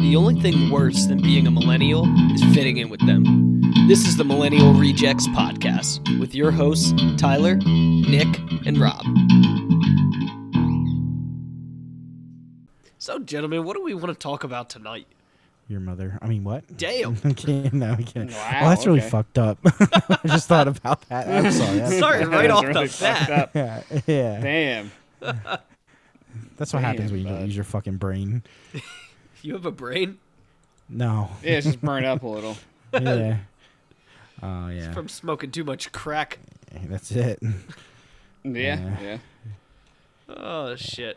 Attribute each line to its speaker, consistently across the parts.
Speaker 1: the only thing worse than being a millennial is fitting in with them. This is the Millennial Rejects Podcast with your hosts, Tyler, Nick, and Rob. So, gentlemen, what do we want to talk about tonight?
Speaker 2: Your mother. I mean, what?
Speaker 1: Damn.
Speaker 2: okay, no, we can't.
Speaker 3: Wow,
Speaker 2: well, that's really
Speaker 3: okay.
Speaker 2: fucked up. I just thought about that. I'm sorry. That's-
Speaker 1: Sorry, right off
Speaker 3: That's really
Speaker 1: the
Speaker 3: fucked
Speaker 1: bat.
Speaker 3: up.
Speaker 2: Yeah, yeah.
Speaker 3: Damn.
Speaker 2: That's what happens when you don't
Speaker 3: bud.
Speaker 2: use your fucking brain.
Speaker 1: You have a brain
Speaker 2: No.
Speaker 3: Yeah, it's just burnt up a little.
Speaker 2: Yeah. Oh yeah.
Speaker 1: from smoking too much crack.
Speaker 2: That's it.
Speaker 3: Yeah, yeah.
Speaker 1: Oh, shit.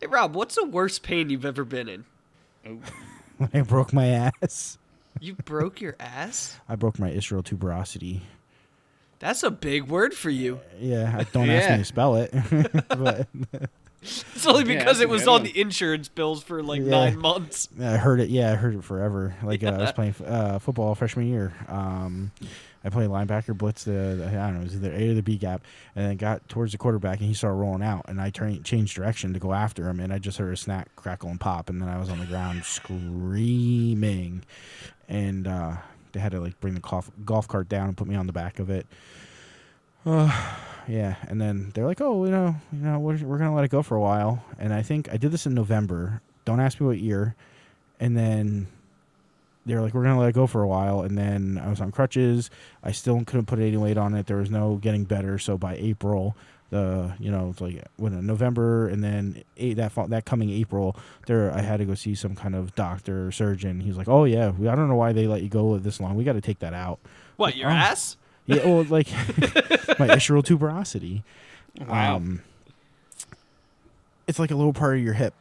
Speaker 1: Hey, Rob, what's the worst pain you've ever been in?
Speaker 3: Ooh.
Speaker 2: When I broke my ass,
Speaker 1: You broke your ass?
Speaker 2: I broke my Israel tuberosity.
Speaker 1: That's a big word for you.
Speaker 2: Yeah. I Don't ask
Speaker 3: Yeah.
Speaker 2: me to spell it. but
Speaker 1: It's only
Speaker 3: Yeah,
Speaker 1: because
Speaker 3: that's a
Speaker 1: it was
Speaker 3: good
Speaker 1: on
Speaker 3: one.
Speaker 1: the insurance bills for like
Speaker 2: Yeah.
Speaker 1: nine months.
Speaker 2: I heard it. Yeah, I heard it forever. Like uh, I was playing f- uh, football freshman year. Um, I played linebacker blitz the, the- I don't know it was either A or the B gap, and then got towards the quarterback and he started rolling out, and I turned changed direction to go after him, and I just heard a snack crackle and pop, and then I was on the ground screaming, and uh, they had to like bring the golf golf cart down and put me on the back of it. Uh, Yeah, and then they're like, "Oh, you know, you know, we're, we're gonna let it go for a while." And I think I did this in November. Don't ask me what year. And then they were like, "We're gonna let it go for a while." And then I was on crutches. I still couldn't put any weight on it. There was no getting better. So by April, the you know, it's like when in November, and then eight, that fall, that coming April, there I had to go see some kind of doctor or surgeon. He's like, "Oh yeah, we, I don't know why they let you go this long. We got to take that out."
Speaker 1: What, your
Speaker 2: Oh.
Speaker 1: ass?
Speaker 2: Yeah, well, like my ischial tuberosity.
Speaker 3: Wow.
Speaker 2: Um, it's like a little part of your hip,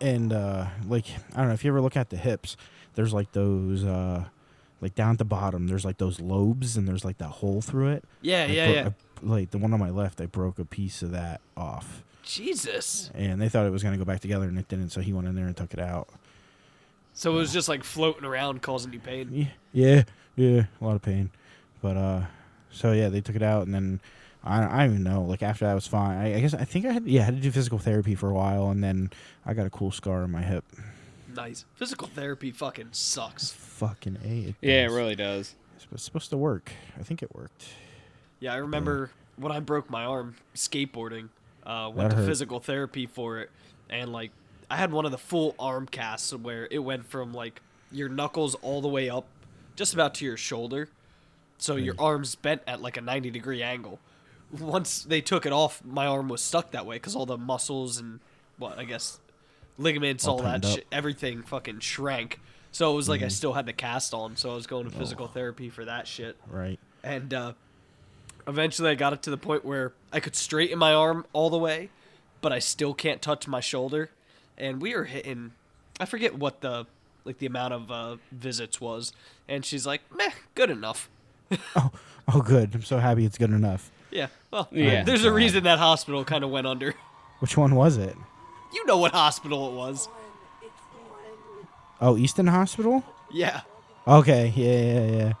Speaker 2: and uh, like I don't know if you ever look at the hips. There's like those, uh, like down at the bottom. There's like those lobes, and there's like that hole through it.
Speaker 1: Yeah,
Speaker 2: I
Speaker 1: Uh, yeah,
Speaker 2: bro-
Speaker 1: yeah.
Speaker 2: I- like the one on my left, I broke a piece of that off,
Speaker 1: Jesus.
Speaker 2: and they thought it was gonna go back together, and it didn't. So he went in there and took it out.
Speaker 1: So it was just like floating around causing you pain.
Speaker 2: Yeah, yeah, yeah, a lot of pain. But uh, so yeah, they took it out, and then I, I don't even know. Like after that was fine. I, I guess I think I had yeah I had to do physical therapy for a while, and then I got a cool scar on my hip.
Speaker 1: Nice. Physical therapy fucking sucks.
Speaker 2: Fucking a. It
Speaker 3: Yeah, it
Speaker 2: does.
Speaker 3: really does.
Speaker 2: It's supposed- supposed to work. I think it worked.
Speaker 1: Yeah, I remember when I broke my arm skateboarding, uh,
Speaker 2: That
Speaker 1: went to
Speaker 2: hurt.
Speaker 1: physical therapy for it, and like I had one of the full arm casts where it went from like your knuckles all the way up, just about to your shoulder, so your
Speaker 2: Hmm.
Speaker 1: arm's bent at like a ninety degree angle. Once they took it off, my arm was stuck that way because all the muscles and what I guess ligaments, all,
Speaker 2: All
Speaker 1: that
Speaker 2: tightened up. Hmm.
Speaker 1: shit, everything fucking shrank. So it was like I still had the cast on, so I was
Speaker 2: Oh.
Speaker 1: going to physical therapy for that shit
Speaker 2: Right.
Speaker 1: and uh, eventually I got it to the point where I could straighten my arm all the way, but I still can't touch my shoulder. And we were hitting, I forget what the like the amount of uh, visits was, and she's like, "Meh, good enough."
Speaker 2: Oh, good. I'm so happy it's good enough.
Speaker 1: Yeah, well,
Speaker 3: Yeah.
Speaker 1: there's a reason that hospital kind of went under.
Speaker 2: Which one was it?
Speaker 1: You know what hospital it was?
Speaker 2: Oh, Easton Hospital.
Speaker 1: Yeah,
Speaker 2: Okay. Yeah. Yeah. Yeah.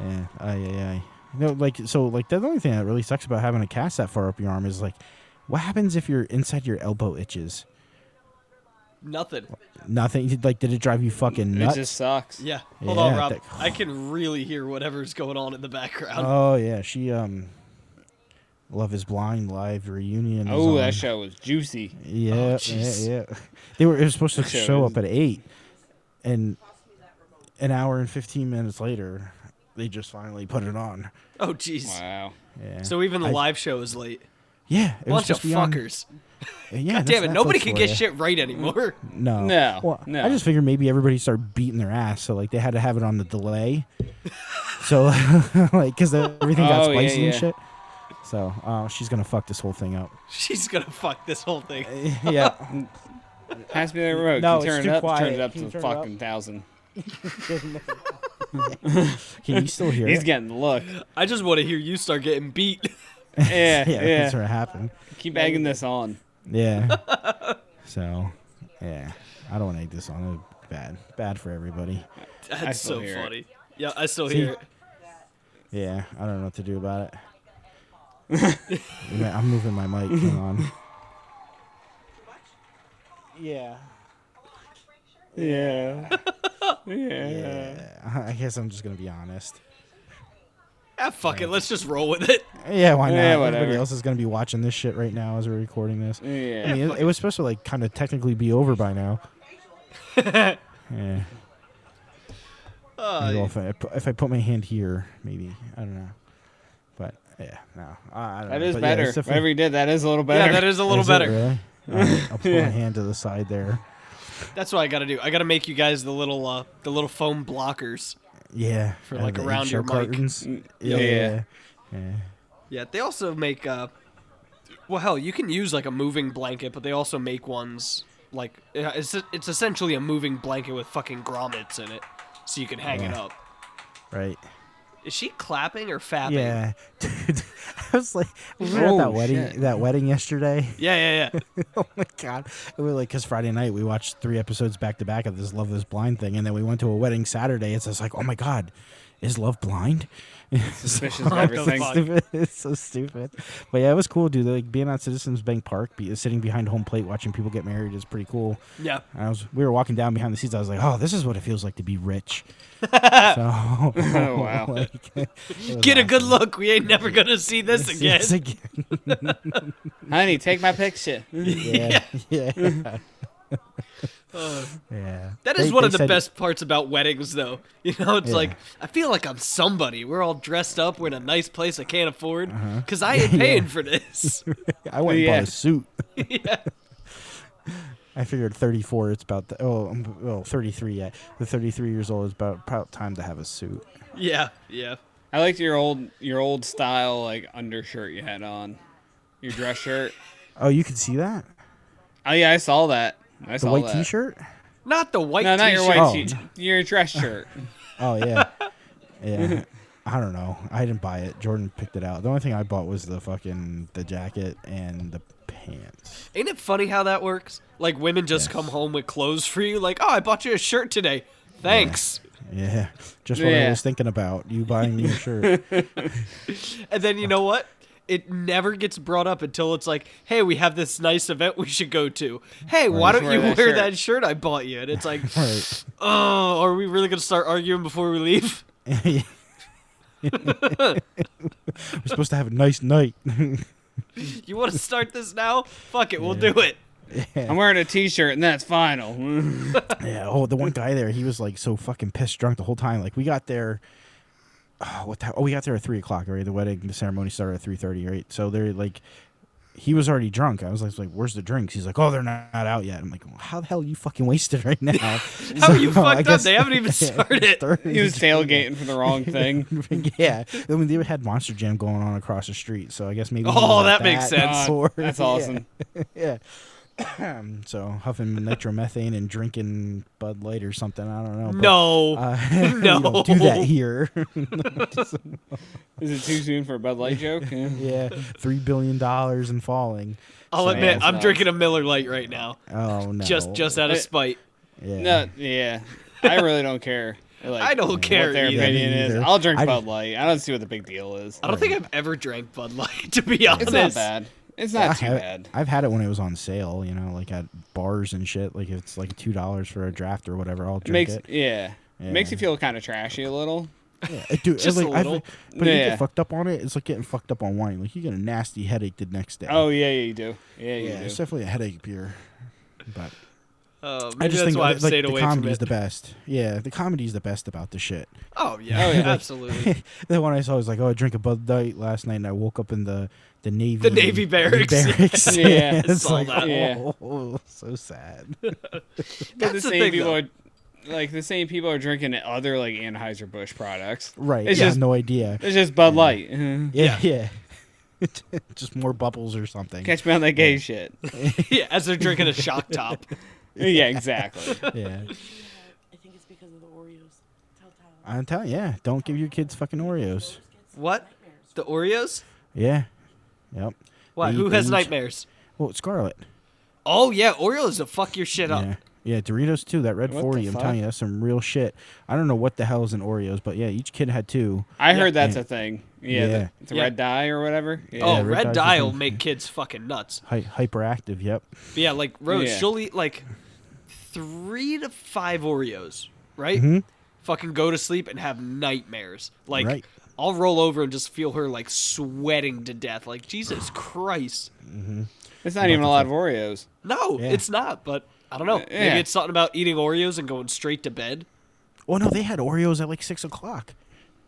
Speaker 2: Yeah. Aye. Aye. aye. No, like so, like the only thing that really sucks about having a cast that far up your arm is like, what happens if your inside your elbow itches?
Speaker 1: nothing.
Speaker 2: Nothing. You- Like, did it drive you fucking nuts?
Speaker 3: It just sucks.
Speaker 1: Yeah, hold on,
Speaker 2: Yeah,
Speaker 1: Rob.
Speaker 2: that-
Speaker 1: I can really hear whatever's going on in the background.
Speaker 2: oh yeah, she um, Love Is Blind live reunion. is
Speaker 3: Oh,
Speaker 2: on.
Speaker 3: that show was juicy.
Speaker 2: Yeah, yeah,
Speaker 1: Oh, jeez.
Speaker 2: yeah. They were. It was supposed to
Speaker 3: That show
Speaker 2: show
Speaker 3: is-
Speaker 2: up at eight, and an hour and fifteen minutes later, they just finally put it on.
Speaker 1: Oh, jeez.
Speaker 3: Wow.
Speaker 2: Yeah.
Speaker 1: So even the
Speaker 2: I-
Speaker 1: live show is late.
Speaker 2: Yeah, it was
Speaker 1: Bunch of
Speaker 2: just beyond-
Speaker 1: fuckers.
Speaker 2: Yeah,
Speaker 1: God
Speaker 2: that's
Speaker 1: damn it! Nobody
Speaker 2: Netflix
Speaker 1: can
Speaker 2: for
Speaker 1: get
Speaker 2: ya.
Speaker 1: shit right anymore.
Speaker 2: No,
Speaker 3: No,
Speaker 2: Well,
Speaker 3: no.
Speaker 2: I just figured maybe everybody started beating their ass, so like they had to have it on the delay. so like, because everything got
Speaker 3: Oh, yeah,
Speaker 2: spicy and
Speaker 3: yeah.
Speaker 2: shit. So uh, she's gonna fuck this whole thing up.
Speaker 1: She's gonna fuck this whole thing.
Speaker 2: yeah,
Speaker 3: Pass me that remote.
Speaker 2: No, it's
Speaker 3: Can turn
Speaker 2: too
Speaker 3: it up. Turn
Speaker 2: quiet.
Speaker 3: it up
Speaker 2: Can you
Speaker 3: to
Speaker 2: turn it up?
Speaker 3: fucking thousand.
Speaker 2: can you still hear?
Speaker 3: He's
Speaker 2: it?
Speaker 3: getting the look.
Speaker 1: I just want to hear you start getting beat.
Speaker 3: Yeah,
Speaker 2: yeah, that's
Speaker 3: yeah.
Speaker 2: gonna happen.
Speaker 3: Keep bagging this on.
Speaker 2: Yeah. so, yeah, I don't want to egg this on. It's bad, bad for everybody.
Speaker 1: That's
Speaker 3: still
Speaker 1: so
Speaker 3: hear it.
Speaker 1: funny. Yeah, I still
Speaker 2: See?
Speaker 1: hear it.
Speaker 2: Yeah, I don't know what to do about it. I'm moving my mic. Hang on. Yeah.
Speaker 3: Yeah. yeah.
Speaker 2: Yeah, I guess I'm just gonna be honest.
Speaker 1: Ah, fuck it. Let's just roll with it.
Speaker 2: Yeah, why not?
Speaker 3: Yeah,
Speaker 2: Everybody
Speaker 3: whatever.
Speaker 2: else is gonna be watching this shit right now as we're recording this. I
Speaker 3: Yeah.
Speaker 2: mean, it, it was supposed to like kind of technically be over by now. yeah. Maybe
Speaker 1: Uh,
Speaker 2: if, I, pu- if I put my hand here, maybe I don't know. But yeah, no, I, I don't
Speaker 3: That
Speaker 2: know.
Speaker 3: is
Speaker 2: But yeah,
Speaker 3: better.
Speaker 2: it's definitely-
Speaker 3: Whatever you did, that is a little better.
Speaker 1: yeah, that is a little
Speaker 2: Is it
Speaker 1: better.
Speaker 2: really? Alright, I'll put my hand to the side there.
Speaker 1: That's what I gotta do. I gotta make you guys the little uh, the little foam blockers.
Speaker 2: Yeah,
Speaker 1: For,
Speaker 2: out of
Speaker 1: like,
Speaker 2: the
Speaker 1: around
Speaker 2: eggshell
Speaker 1: your mic.
Speaker 2: curtains.
Speaker 3: Mm,
Speaker 2: Yeah,
Speaker 3: yeah.
Speaker 2: yeah, yeah.
Speaker 1: Yeah, they also make uh well hell, you can use like a moving blanket, but they also make ones like yeah, it's it's essentially a moving blanket with fucking grommets in it so you can hang it
Speaker 2: Yeah.
Speaker 1: up.
Speaker 2: right.
Speaker 1: Is she clapping or fapping?
Speaker 2: Yeah, dude. I was like, we were at
Speaker 3: Oh,
Speaker 2: that wedding,
Speaker 3: shit.
Speaker 2: that wedding yesterday.
Speaker 1: Yeah, yeah, yeah.
Speaker 2: oh my god, it was like because Friday night we watched three episodes back to back of this Love Is Blind thing, and then we went to a wedding Saturday. It's just like, oh my god, is love blind?
Speaker 3: Suspicious of
Speaker 1: What the
Speaker 3: everything.
Speaker 1: fuck?
Speaker 2: stupid. It's so stupid. But yeah, it was cool, dude. Like being at Citizens Bank Park, be, sitting behind home plate, watching people get married is pretty cool.
Speaker 1: Yeah.
Speaker 2: And I was, we were walking down behind the scenes. I was like, oh, this is what it feels like to be rich. so,
Speaker 3: Oh, wow.
Speaker 2: like, it was
Speaker 1: Get a good
Speaker 2: awesome.
Speaker 1: look. We ain't never gonna see this
Speaker 2: It's-
Speaker 1: again.
Speaker 2: it's again.
Speaker 3: Honey, take my picture.
Speaker 2: Yeah, yeah,
Speaker 1: Uh,
Speaker 2: yeah.
Speaker 1: that is
Speaker 2: They-
Speaker 1: one
Speaker 2: they
Speaker 1: of the
Speaker 2: said-
Speaker 1: best parts about weddings though. You know, it's
Speaker 2: Yeah.
Speaker 1: like I feel like I'm somebody. We're all dressed up, we're in a nice place I can't afford
Speaker 2: Uh-huh.
Speaker 1: cuz I ain't paying for this.
Speaker 2: I went and
Speaker 3: Yeah.
Speaker 2: bought a suit.
Speaker 1: yeah.
Speaker 2: I figured 34. It's about the, oh, I'm, well, 33. Yeah, the 33 years old is about about time to have a suit.
Speaker 1: Yeah. Yeah.
Speaker 3: I liked your old your old style like undershirt you had on. Your dress shirt.
Speaker 2: Oh, you can see that
Speaker 3: Oh yeah, I saw that. I
Speaker 2: the
Speaker 3: saw
Speaker 2: white
Speaker 3: that.
Speaker 2: T-shirt.
Speaker 1: Not the white
Speaker 3: No, not your
Speaker 1: t-shirt.
Speaker 3: white
Speaker 2: Oh.
Speaker 3: t shirt. Your dress shirt.
Speaker 2: Oh yeah, yeah. I don't know. I didn't buy it. Jordan picked it out. The only thing I bought was the fucking the jacket and the pants.
Speaker 1: Ain't it funny how that works? Like women just
Speaker 2: Yes.
Speaker 1: come home with clothes for you. Like, oh, I bought you a shirt today. Thanks.
Speaker 2: Yeah, just what I
Speaker 3: Yeah.
Speaker 2: was thinking about you buying me a shirt.
Speaker 1: And then you know what? It never gets brought up until it's like, hey, we have this nice event we should go to. Hey, why
Speaker 3: Just
Speaker 1: don't
Speaker 3: wear
Speaker 1: you
Speaker 3: that
Speaker 1: wear
Speaker 3: shirt."
Speaker 1: that shirt I bought you? And it's like,
Speaker 2: right.
Speaker 1: oh, are we really gonna start arguing before we leave?
Speaker 2: We're supposed to have a nice night.
Speaker 1: You want to start this now? Fuck it, we'll do it.
Speaker 3: I'm wearing a t shirt and that's final.
Speaker 2: Yeah. Oh, the one guy there, he was like so fucking pissed drunk the whole time. Like we got there. Oh, what time? Oh, we got there at three o'clock. Right, the wedding the ceremony started at three thirty. Right, so they're like, he was already drunk. I was like, like, where's the drinks? He's like, oh, they're not, not out yet. I'm like, well, how the hell are you fucking wasted right now? how
Speaker 1: How are you fucked up? They haven't even started.
Speaker 3: he was tailgating for the wrong thing.
Speaker 2: yeah, I mean they had Monster Jam going on across the street, so I guess maybe. he
Speaker 1: Oh,
Speaker 2: was at
Speaker 1: that makes sense.
Speaker 2: or-
Speaker 3: God, Uh, that's awesome.
Speaker 2: Yeah. yeah. so huffing nitromethane and drinking Bud Light or something. I don't know. but-
Speaker 1: No.
Speaker 2: uh, we
Speaker 1: No.
Speaker 2: don't do that here.
Speaker 3: Is it too soon for a Bud Light joke? Yeah.
Speaker 2: yeah, three billion dollars and falling.
Speaker 1: I'll
Speaker 2: So-
Speaker 1: admit, I'm
Speaker 3: no.
Speaker 1: drinking a Miller Light right now,
Speaker 2: Oh no,
Speaker 1: just just out of
Speaker 3: It-
Speaker 1: spite.
Speaker 2: yeah.
Speaker 3: No, yeah. I really don't care. Like,
Speaker 1: I don't care.
Speaker 3: What their
Speaker 1: either.
Speaker 2: Yeah, me
Speaker 3: opinion is.
Speaker 2: neither.
Speaker 3: I'll drink
Speaker 2: I-
Speaker 3: Bud Light. I don't see what the big deal is.
Speaker 1: I don't think I've ever drank Bud Light, to be honest.
Speaker 3: It's not bad. It's
Speaker 2: I
Speaker 3: not too
Speaker 2: have-
Speaker 3: bad.
Speaker 2: I've had it when it was on sale, you know, like at bars and shit. Like if it's like two dollars for a draft or whatever, I'll
Speaker 3: It
Speaker 2: drink
Speaker 3: makes
Speaker 2: it.
Speaker 3: yeah.
Speaker 2: Yeah.
Speaker 3: Makes you feel kind of trashy a little.
Speaker 2: Yeah, I do-
Speaker 1: Just
Speaker 2: like,
Speaker 1: a
Speaker 2: I've-
Speaker 1: little.
Speaker 2: but if you
Speaker 3: Yeah.
Speaker 2: get fucked up on it, it's like getting fucked up on wine. Like you get a nasty headache the next day.
Speaker 3: Oh yeah, yeah you do. Yeah, you
Speaker 2: yeah,
Speaker 3: do.
Speaker 2: it's definitely a headache beer. But
Speaker 1: Uh,
Speaker 2: I
Speaker 1: maybe
Speaker 2: just
Speaker 1: that's
Speaker 2: think
Speaker 1: why
Speaker 2: that,
Speaker 1: I've
Speaker 2: like
Speaker 1: stayed
Speaker 2: the
Speaker 1: away from
Speaker 2: comedy
Speaker 1: it.
Speaker 2: is the best. Yeah, the comedy is the best about the shit.
Speaker 1: oh yeah,
Speaker 3: Oh, yeah.
Speaker 1: absolutely.
Speaker 2: the one I saw was like, oh, I drank a Bud Light last night, and I woke up in the the Navy
Speaker 1: The Navy barracks.
Speaker 2: barracks.
Speaker 3: Yeah. Yeah,
Speaker 2: it's
Speaker 1: saw
Speaker 2: like,
Speaker 1: that.
Speaker 3: Yeah.
Speaker 2: oh, so sad.
Speaker 3: But the
Speaker 1: That's the
Speaker 3: same
Speaker 1: thing,
Speaker 3: people
Speaker 1: though.
Speaker 3: are like the same people are drinking other like Anheuser Busch products.
Speaker 2: Right?
Speaker 3: It's
Speaker 2: yeah,
Speaker 3: just
Speaker 2: no idea.
Speaker 3: it's just Bud Light. Mhm.
Speaker 2: Yeah, yeah. just more bubbles or something.
Speaker 3: Catch me on that gay shit.
Speaker 1: yeah, as they're drinking a shock top.
Speaker 3: yeah, exactly.
Speaker 2: Yeah,
Speaker 4: I think it's because of the Oreos. Tell Tyler.
Speaker 2: I'm telling. Yeah, don't give your kids fucking Oreos.
Speaker 1: What? The Oreos?
Speaker 2: Yeah, yep.
Speaker 1: Why?
Speaker 2: They-
Speaker 1: Who
Speaker 2: they
Speaker 1: has
Speaker 2: each-
Speaker 1: nightmares?
Speaker 2: Well, it's Scarlet.
Speaker 1: Oh yeah, Oreos to fuck your shit up.
Speaker 2: Yeah. Yeah, Doritos too. That red
Speaker 3: What the
Speaker 2: forty. I'm
Speaker 3: fuck?
Speaker 2: telling you, that's some real shit. I don't know what the hell is in Oreos, but yeah, each kid had two.
Speaker 3: I heard that's a thing. Yeah,
Speaker 2: Yeah.
Speaker 3: the, the
Speaker 1: Yeah.
Speaker 3: red dye or whatever. Yeah.
Speaker 1: Oh,
Speaker 2: red
Speaker 1: red
Speaker 2: dye's
Speaker 1: dye
Speaker 2: a
Speaker 1: will
Speaker 2: thing.
Speaker 1: make kids fucking nuts.
Speaker 2: Hy- hyperactive. Yep.
Speaker 1: But yeah, like Rose,
Speaker 3: Yeah.
Speaker 1: she'll eat like three to five Oreos, right?
Speaker 2: Mm-hmm.
Speaker 1: Fucking go to sleep and have nightmares. Like
Speaker 2: Right.
Speaker 1: I'll roll over and just feel her like sweating to death. Like Jesus Christ.
Speaker 3: It's not even a lot of Oreos.
Speaker 1: No,
Speaker 2: Yeah.
Speaker 1: it's not. But I don't know.
Speaker 3: Yeah.
Speaker 1: Maybe it's something about eating Oreos and going straight to bed.
Speaker 2: Oh no, they had Oreos at like six o'clock,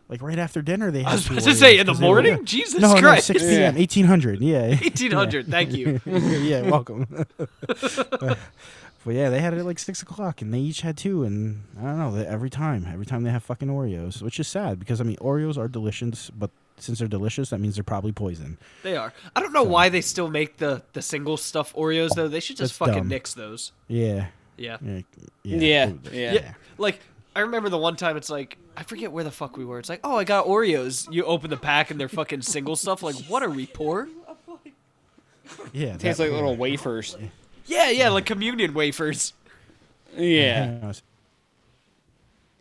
Speaker 2: like right after dinner. They had
Speaker 1: I was
Speaker 2: two
Speaker 1: about to say,
Speaker 2: Oreos
Speaker 1: in the
Speaker 2: 'cause they were-
Speaker 1: morning?
Speaker 2: yeah.
Speaker 1: Jesus
Speaker 2: no,
Speaker 1: Christ.
Speaker 2: No, six p.m. eighteen hundred. Yeah,
Speaker 1: 1800. Thank you.
Speaker 2: yeah, welcome. but yeah, they had it at like six o'clock, and they each had two, and I don't know. they- Every time, every time they have fucking Oreos, which is sad because I mean Oreos are delicious, but since they're delicious, that means they're probably poison.
Speaker 1: They are. I don't know why they still make the the single stuff Oreos though. They should just
Speaker 2: That's
Speaker 1: fucking
Speaker 2: dumb.
Speaker 1: nix those.
Speaker 2: Yeah,
Speaker 1: Yeah.
Speaker 2: yeah,
Speaker 3: Yeah,
Speaker 2: Ooh,
Speaker 3: yeah.
Speaker 1: Yeah. Like I remember the one time it's like I forget where the fuck we were. It's like, "Oh, I got Oreos." You open the pack and they're fucking single stuff. Like, "What are we poor?"
Speaker 4: I'm like,
Speaker 2: yeah.
Speaker 3: Tastes
Speaker 2: that-
Speaker 3: like little wafers.
Speaker 1: Yeah, yeah, like communion wafers.
Speaker 3: Yeah.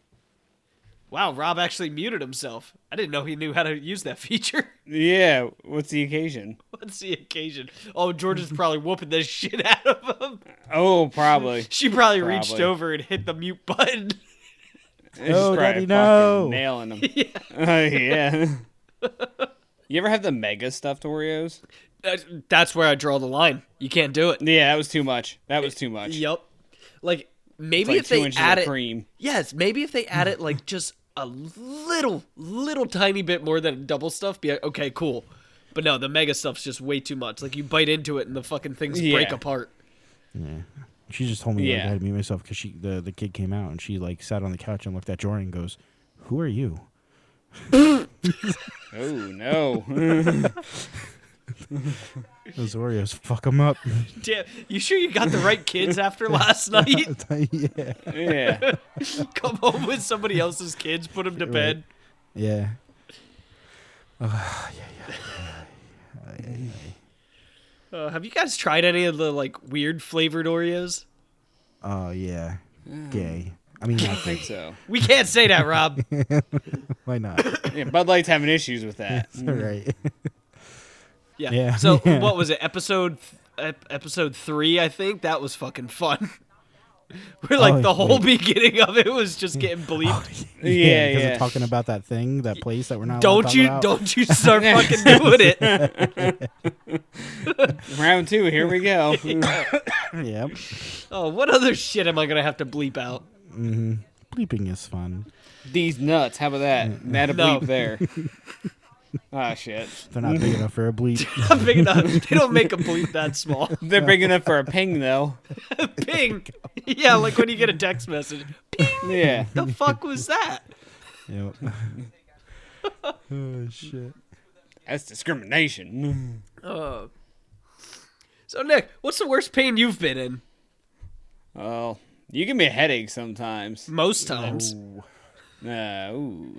Speaker 1: Wow, Rob actually muted himself. I didn't know he knew how to use that feature.
Speaker 3: Yeah. What's the occasion?
Speaker 1: What's the occasion? Oh, George is probably whooping the shit out of him.
Speaker 3: Oh, probably.
Speaker 1: She probably, reached
Speaker 3: Probably.
Speaker 1: over and hit the mute button.
Speaker 3: It's just
Speaker 2: Oh, Daddy,
Speaker 3: probably fucking
Speaker 2: no.
Speaker 3: Nailing them. yeah. yeah. you ever have the mega stuffed Oreos?
Speaker 1: That- That's where I draw the line. You can't do it.
Speaker 3: Yeah, that was too much. That was too much.
Speaker 1: Yep. Like
Speaker 3: It's
Speaker 1: maybe
Speaker 3: like
Speaker 1: if
Speaker 3: two
Speaker 1: they
Speaker 3: inches
Speaker 1: add
Speaker 3: of
Speaker 1: it,
Speaker 3: cream.
Speaker 1: yes, maybe if they add it like just a little, little tiny bit more than double stuff, be like, okay, cool. But no, the mega stuff's just way too much. Like you bite into it and the fucking things break
Speaker 3: Yeah.
Speaker 1: apart.
Speaker 2: She just told me like, I
Speaker 3: Yeah.
Speaker 2: had to mute myself because she the, the kid came out and she like sat on the couch and looked at Jordan and goes, "Who are you?"
Speaker 3: Oh no.
Speaker 2: Those Oreos fuck them up.
Speaker 1: Damn, you sure you got the right kids after last night?
Speaker 2: yeah,
Speaker 3: yeah.
Speaker 1: Come home with somebody else's kids, put them to
Speaker 2: Right.
Speaker 1: bed.
Speaker 2: yeah.
Speaker 1: Uh, have you guys tried any of the like weird flavored Oreos?
Speaker 2: Oh yeah, gay. I mean,
Speaker 3: I
Speaker 2: not
Speaker 3: don't think
Speaker 2: gay.
Speaker 3: so.
Speaker 1: We can't say that, Rob.
Speaker 2: Why not?
Speaker 3: Yeah, Bud Light's having issues with that.
Speaker 2: All right.
Speaker 1: Yeah.
Speaker 2: Yeah.
Speaker 1: So
Speaker 2: Yeah.
Speaker 1: what was it? Episode ep- episode three, I think. That was fucking fun. We're like
Speaker 2: Oh,
Speaker 1: the whole
Speaker 2: wait.
Speaker 1: beginning of it was just getting bleeped.
Speaker 3: Yeah,
Speaker 2: because
Speaker 3: yeah.
Speaker 2: We're talking about that thing, that place that we're not.
Speaker 1: don't
Speaker 2: allowed to talk
Speaker 1: you
Speaker 2: about.
Speaker 1: don't you start fucking doing it.
Speaker 3: Round two, here we go.
Speaker 2: Yep.
Speaker 1: Oh, what other shit am I gonna have to bleep out?
Speaker 2: Bleeping is fun.
Speaker 3: These nuts, how about that? Add a
Speaker 1: No.
Speaker 3: bleep there. Ah shit.
Speaker 2: They're not big enough for a bleep.
Speaker 1: Not big enough. They don't make a bleep that small.
Speaker 3: They're big enough for a ping though.
Speaker 1: Ping. Yeah, like when you get a text message. Ping.
Speaker 3: Yeah.
Speaker 1: The fuck was that?
Speaker 2: Yep. oh shit.
Speaker 3: That's discrimination.
Speaker 1: Oh. So Nick, what's the worst pain you've been in?
Speaker 3: Well, you give me a headache sometimes.
Speaker 1: Most times.
Speaker 3: Uh, ooh.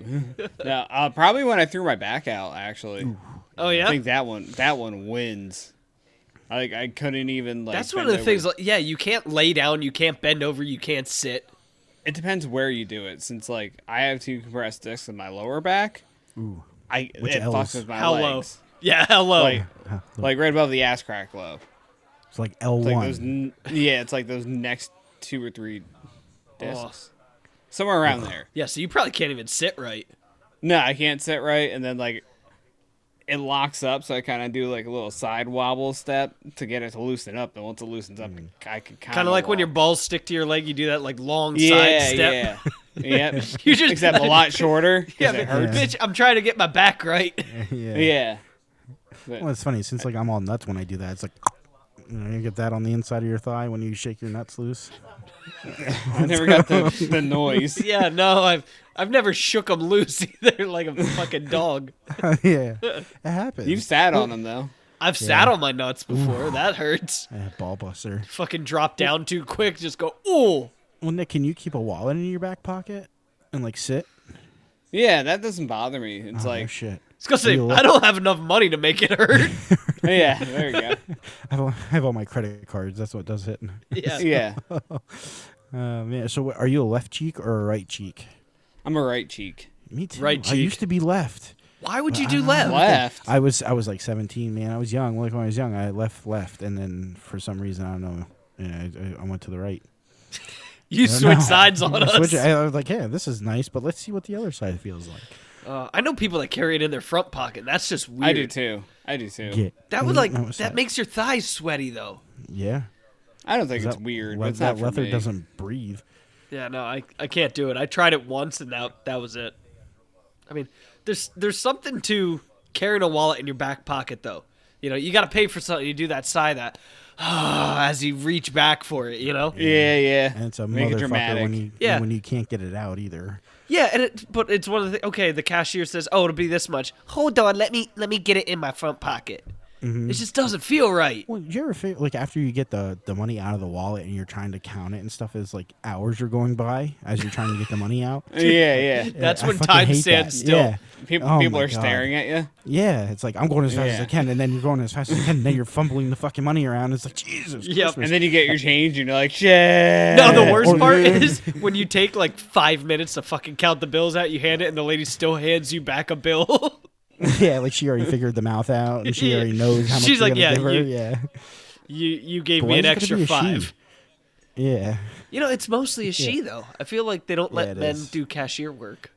Speaker 3: no, uh, probably when I threw my back out. Actually,
Speaker 1: Oh,
Speaker 3: I
Speaker 1: yeah.
Speaker 3: think that one that one wins. Like I couldn't even like.
Speaker 1: That's one of
Speaker 3: bend
Speaker 1: the
Speaker 3: over.
Speaker 1: things. Like, yeah, you can't lay down, you can't bend over, you can't sit.
Speaker 3: It depends where you do it, since like I have two compressed discs in my lower back.
Speaker 2: Ooh.
Speaker 3: I
Speaker 2: Which
Speaker 3: it
Speaker 2: L's?
Speaker 3: fucks with my
Speaker 1: How low? Oh.
Speaker 3: legs.
Speaker 1: Yeah, how low?
Speaker 3: Like
Speaker 2: Huh, look,
Speaker 3: like right above the ass crack low.
Speaker 2: it's like L
Speaker 3: It's
Speaker 2: one.
Speaker 3: like those. N- yeah, it's like those next two or three
Speaker 1: Oh.
Speaker 3: discs, somewhere around there.
Speaker 1: Yeah, so you probably can't even sit right.
Speaker 3: No, I can't sit right, and then like it locks up, so I kind of do like a little side wobble step to get it to loosen up. And once it loosens
Speaker 2: Mm.
Speaker 3: up, I can kind
Speaker 1: Kind of like when your balls stick to your leg, you do that like long
Speaker 3: yeah,
Speaker 1: side step.
Speaker 3: yeah, yep.
Speaker 1: You just-
Speaker 3: except a lot shorter. 'cause
Speaker 1: Yeah,
Speaker 3: it
Speaker 1: but,
Speaker 3: hurts.
Speaker 1: bitch, I'm trying to get my back right.
Speaker 2: yeah.
Speaker 3: Yeah,
Speaker 2: Well, it's funny since like I'm all nuts when I do that. It's like you, know, you get that on the inside of your thigh when you shake your nuts loose.
Speaker 3: I never got the, the noise.
Speaker 1: yeah, no, I've I've never shook them loose either, like a fucking dog.
Speaker 2: yeah, it happens.
Speaker 3: You've sat on them though.
Speaker 1: I've sat on my nuts before. That hurts.
Speaker 2: Eh, ball buster.
Speaker 1: Fucking drop down too quick. Just go. Ooh.
Speaker 2: Well, Nick, can you keep a wallet in your back pocket and like sit?
Speaker 3: Yeah, that doesn't bother me. It's
Speaker 2: Oh, no
Speaker 3: like,
Speaker 2: shit.
Speaker 1: It's gonna say
Speaker 2: You-
Speaker 1: I don't have enough money to make it hurt.
Speaker 3: yeah, there you go.
Speaker 2: I have, all, I have all my credit cards. That's what does it.
Speaker 1: Yeah.
Speaker 3: Yeah,
Speaker 2: Uh, man, so what- are you a left cheek or a right cheek?
Speaker 3: I'm a right cheek.
Speaker 2: Me too.
Speaker 1: Right
Speaker 2: I
Speaker 1: cheek.
Speaker 2: used to be left.
Speaker 1: Why would you
Speaker 2: Uh,
Speaker 1: do left?
Speaker 3: Left.
Speaker 2: I was I was like 17, man. I was young. Like when I was young, I left left, and then for some reason I don't know, you know, I, I went to the right.
Speaker 1: You
Speaker 2: I don't
Speaker 1: switch
Speaker 2: know.
Speaker 1: sides on
Speaker 2: I
Speaker 1: us.
Speaker 2: switch- I was like, yeah, this is nice, but let's see what the other side feels like.
Speaker 1: Uh, I know people that carry it in their front pocket. That's just weird.
Speaker 3: I do too. I do too.
Speaker 2: Yeah.
Speaker 1: That
Speaker 2: Mm,
Speaker 1: would like
Speaker 2: no, it's
Speaker 1: that
Speaker 2: not.
Speaker 1: makes your thighs sweaty though.
Speaker 2: yeah.
Speaker 3: I don't think
Speaker 2: Is
Speaker 3: it's
Speaker 2: that
Speaker 3: weird.
Speaker 2: le-
Speaker 3: but it's
Speaker 2: that
Speaker 3: not for
Speaker 2: leather
Speaker 3: me.
Speaker 2: doesn't breathe.
Speaker 1: Yeah, no, I I can't do it. I tried it once and that that was it. I mean, there's there's something to carrying a wallet in your back pocket though. You know, you got to pay for something. You do that sigh that as you reach back for it. You know.
Speaker 3: Yeah, yeah.
Speaker 2: And it's a
Speaker 3: Make it
Speaker 2: motherfucker
Speaker 3: dramatic.
Speaker 2: when you
Speaker 1: Yeah.
Speaker 2: when you can't get it out either.
Speaker 1: Yeah, and it, but it's one of the thi- okay. The cashier says, "Oh, it'll be this much." Hold on, let me let me get it in my front pocket. It just doesn't feel right.
Speaker 2: Well, do you ever feel like after you get the, the money out of the wallet and you're trying to count it and stuff, is like hours are going by as you're trying to get the money out.
Speaker 3: yeah, yeah.
Speaker 1: That's
Speaker 2: I
Speaker 1: when
Speaker 2: fucking
Speaker 1: time
Speaker 2: hate
Speaker 1: stands
Speaker 2: that.
Speaker 1: still.
Speaker 2: Yeah.
Speaker 3: People,
Speaker 2: Oh
Speaker 3: people
Speaker 2: my
Speaker 3: are
Speaker 2: God.
Speaker 3: staring at you.
Speaker 2: Yeah, it's like I'm going as fast as I
Speaker 3: Yeah.
Speaker 2: can, and then you're going as fast as you can, and then you're fumbling the fucking money around. It's like Jesus.
Speaker 1: Yep,
Speaker 2: Christmas.
Speaker 3: And then you get your change and you're like, shit.
Speaker 1: No, the worst
Speaker 2: Or-
Speaker 1: part is when you take like five minutes to fucking count the bills out, you hand it, and the lady still hands you back a bill.
Speaker 2: yeah, like she already figured the mouth out, and she
Speaker 1: Yeah.
Speaker 2: already knows how much
Speaker 1: She's
Speaker 2: you're
Speaker 1: like,
Speaker 2: gonna
Speaker 1: yeah,
Speaker 2: give her.
Speaker 1: you-
Speaker 2: yeah,
Speaker 1: you you gave
Speaker 2: But
Speaker 1: me
Speaker 2: why
Speaker 1: an
Speaker 2: is it
Speaker 1: extra
Speaker 2: gonna be a she?
Speaker 1: five.
Speaker 2: yeah,
Speaker 1: You know, it's mostly a she though. I feel like they don't
Speaker 2: it
Speaker 1: let men
Speaker 2: is.
Speaker 1: do cashier work.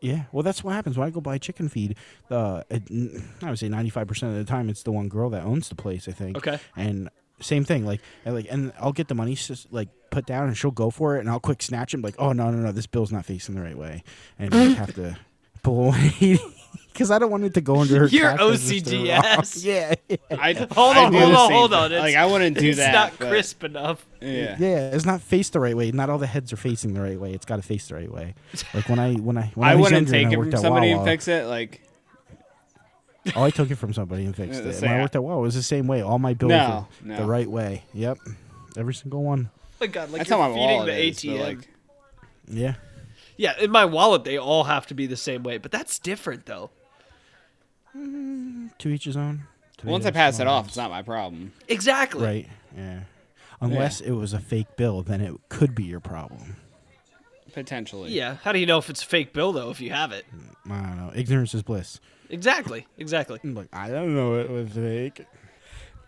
Speaker 2: yeah. Well, that's what happens when I go buy chicken feed. Uh, it- I would say 95 percent of the time, it's the one girl that owns the place. I think.
Speaker 1: Okay.
Speaker 2: And same thing, like, I like, and I'll get the money s- like put down, and she'll go for it, and I'll quick snatch it, and be like, oh no, no, no, this bill's not facing the right way, and just have to pull away. Because I don't want it to go under her.
Speaker 1: You're
Speaker 2: cash register wrong.
Speaker 1: OCDS.
Speaker 2: Yeah, yeah,
Speaker 3: I,
Speaker 1: Hold
Speaker 3: I
Speaker 1: on,
Speaker 3: do
Speaker 1: hold
Speaker 3: the
Speaker 1: on,
Speaker 3: same
Speaker 1: hold
Speaker 3: thing.
Speaker 1: on. It's-
Speaker 3: Like, I wouldn't do
Speaker 1: it's
Speaker 3: that.
Speaker 1: not
Speaker 3: but-
Speaker 1: crisp enough. Oh
Speaker 3: Yeah.
Speaker 2: yeah. It's not faced the right way. Not all the heads are facing the right way. It's got to face the right way. Like when I when I when I,
Speaker 3: I
Speaker 2: was
Speaker 3: wouldn't
Speaker 2: younger and I
Speaker 3: take it from
Speaker 2: worked at
Speaker 3: somebody
Speaker 2: Wawa,
Speaker 3: and fix it. Like,
Speaker 2: Oh, I took it from somebody and fixed
Speaker 3: Yeah,
Speaker 2: it.
Speaker 3: say
Speaker 2: When I
Speaker 3: I-
Speaker 2: worked at Wawa, it was the same way. All my bills
Speaker 3: No,
Speaker 2: were
Speaker 3: no.
Speaker 2: the right way. Yep, every single one.
Speaker 1: Oh my god, like
Speaker 3: that's
Speaker 1: you're
Speaker 3: how my
Speaker 1: feeding
Speaker 3: wallet
Speaker 1: the
Speaker 3: is. but,
Speaker 1: ATM.
Speaker 3: like,
Speaker 2: Yeah,
Speaker 1: Yeah, in my wallet they all have to be the same way, but that's different though.
Speaker 2: to each his own. To
Speaker 3: once I
Speaker 2: each
Speaker 3: pass
Speaker 2: his
Speaker 3: it off,
Speaker 2: own.
Speaker 3: it's not my problem.
Speaker 1: Exactly.
Speaker 2: right? Yeah. Unless it was a fake bill, then it could be your problem.
Speaker 3: Potentially.
Speaker 1: Yeah. How do you know if it's a fake bill though if you have it?
Speaker 2: I don't know. Ignorance is bliss.
Speaker 1: Exactly. Exactly.
Speaker 2: I'm like I don't know it was fake.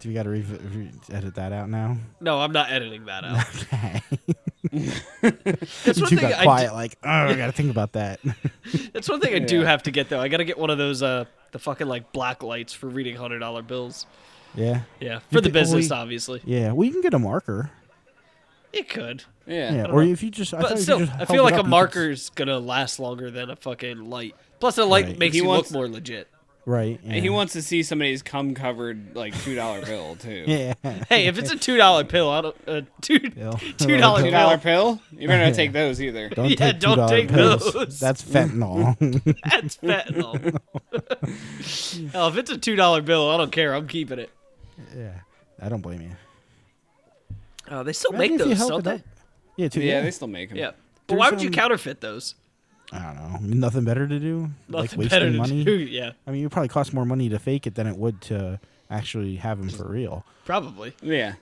Speaker 2: Do we got to re- re- edit that out now?
Speaker 1: No, I'm not editing that out.
Speaker 2: Okay.
Speaker 1: That's one
Speaker 2: you
Speaker 1: thing
Speaker 2: got
Speaker 1: I
Speaker 2: quiet, like, oh, I gotta think about that.
Speaker 1: d- that's one thing I do
Speaker 3: Yeah.
Speaker 1: have to get though. I gotta get one of those uh the fucking like black lights for reading hundred dollar bills.
Speaker 2: yeah,
Speaker 1: Yeah, for the
Speaker 2: could always-
Speaker 1: business, obviously.
Speaker 2: yeah. Well, you can get a marker.
Speaker 1: It could,
Speaker 3: Yeah.
Speaker 2: Yeah,
Speaker 1: don't
Speaker 2: or
Speaker 1: know.
Speaker 2: if you just, I, thought
Speaker 1: but
Speaker 2: if you
Speaker 1: still,
Speaker 2: just
Speaker 1: I
Speaker 2: held
Speaker 1: feel
Speaker 2: it
Speaker 1: like
Speaker 2: up,
Speaker 1: a
Speaker 2: you could s-
Speaker 1: marker's gonna last longer than a fucking light. Plus, a light
Speaker 2: Right.
Speaker 1: makes
Speaker 3: He
Speaker 1: you
Speaker 3: wants-
Speaker 1: look more legit.
Speaker 2: right? Yeah.
Speaker 3: And he wants to see somebody's cum covered, like, $2 bill, too.
Speaker 2: Yeah.
Speaker 1: Hey, if it's a two dollar pill, I don't uh, two
Speaker 2: Bill.
Speaker 1: two dollar
Speaker 3: $2
Speaker 1: pill.
Speaker 3: pill? You better not take those either.
Speaker 2: Don't
Speaker 1: Yeah,
Speaker 2: take
Speaker 1: don't
Speaker 2: $2
Speaker 1: take
Speaker 2: pills.
Speaker 1: those.
Speaker 2: That's fentanyl.
Speaker 1: That's fentanyl. Hell, if it's a two dollar bill, I don't care. I'm keeping it.
Speaker 2: yeah, I don't blame you.
Speaker 1: Uh, they still
Speaker 2: Imagine
Speaker 1: make
Speaker 2: if you
Speaker 1: those,
Speaker 2: held
Speaker 1: don't they?
Speaker 2: it up. Yeah, too.
Speaker 3: Yeah,
Speaker 2: Yeah,
Speaker 3: they still make them.
Speaker 1: Yeah. But
Speaker 2: There's,
Speaker 1: why would you
Speaker 2: um,
Speaker 1: counterfeit those?
Speaker 2: I don't know. Nothing better to do. like
Speaker 1: Nothing
Speaker 2: wasting
Speaker 1: better to
Speaker 2: money.
Speaker 1: do. Yeah,
Speaker 2: I mean, it would probably cost more money to fake it than it would to actually have them for real.
Speaker 1: probably.
Speaker 3: Yeah.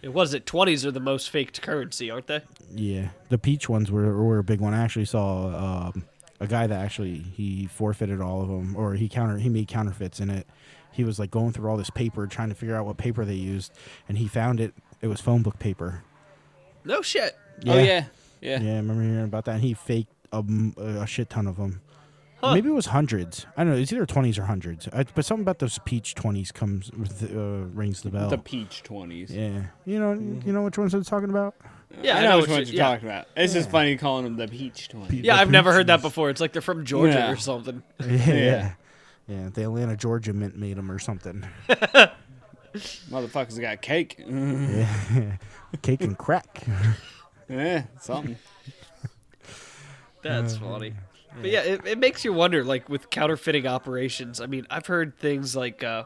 Speaker 1: It was it. Twenties are the most faked currency, aren't they?
Speaker 2: Yeah, the peach ones were were a big one. I actually saw um, a guy that actually he forfeited all of them, or he counter he made counterfeits in it. He was like going through all this paper trying to figure out what paper they used, and he found it. It was phone book paper.
Speaker 1: No shit.
Speaker 3: Oh, yeah. Yeah.
Speaker 2: Yeah, I remember hearing about that. And he faked a, m- a shit ton of them.
Speaker 1: Huh.
Speaker 2: Maybe it was hundreds. I don't know. It's either twenties or hundreds. I, but something about those peach twenties comes with, uh, rings the bell.
Speaker 3: The peach 20s.
Speaker 2: yeah, you know, you know which ones I'm talking about.
Speaker 1: Yeah,
Speaker 3: I know which
Speaker 1: what
Speaker 3: ones
Speaker 1: you-
Speaker 3: you're
Speaker 1: yeah.
Speaker 3: talking about. It's just funny calling them the peach 20s.
Speaker 1: Yeah,
Speaker 2: the
Speaker 1: I've never heard that
Speaker 2: peaches.
Speaker 1: before. It's like they're from Georgia
Speaker 3: Yeah.
Speaker 1: or something.
Speaker 2: yeah. yeah.
Speaker 3: Yeah.
Speaker 2: Yeah, the Atlanta, Georgia mint made them or something.
Speaker 3: Motherfuckers got cake.
Speaker 2: Cake and crack.
Speaker 3: yeah, Eh, something.
Speaker 1: That's funny. But yeah, it, it makes you wonder, like with counterfeiting operations. I mean, I've heard things like uh,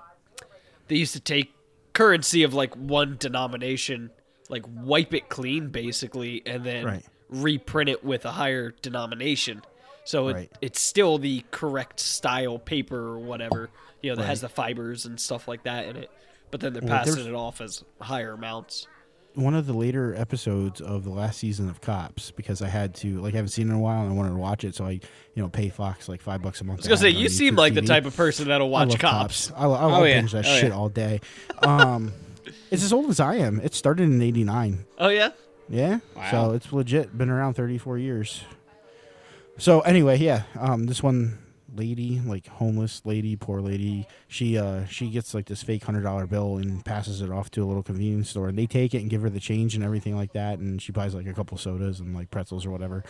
Speaker 1: they used to take currency of like one denomination, like wipe it clean basically, and then
Speaker 2: Right.
Speaker 1: reprint it with a higher denomination. So it,
Speaker 2: Right.
Speaker 1: it's still the correct style paper or whatever, you know, that has the fibers and stuff like that in it. But then they're passing
Speaker 2: there's-
Speaker 1: it off as higher amounts.
Speaker 2: One of the later episodes of the last season of Cops because I had to like I haven't seen it in a while and I wanted to watch it, so I you know pay Fox like five bucks a month.
Speaker 1: I was gonna say, you seem like the type of person that'll
Speaker 2: I
Speaker 1: watch
Speaker 2: love
Speaker 1: cops.
Speaker 2: I, lo- I love
Speaker 3: yeah.
Speaker 2: binge that
Speaker 3: Oh, yeah.
Speaker 2: shit all day. Um, it's as old as I am. It started in '89.
Speaker 1: Oh yeah,
Speaker 2: Yeah.
Speaker 3: Wow.
Speaker 2: So it's legit been around 34 years. So anyway, yeah, um this one lady, like homeless lady, poor lady, she uh she gets like this fake $100 bill and passes it off to a little convenience store and they take it and give her the change and everything like that and she buys like a couple sodas and like pretzels or whatever.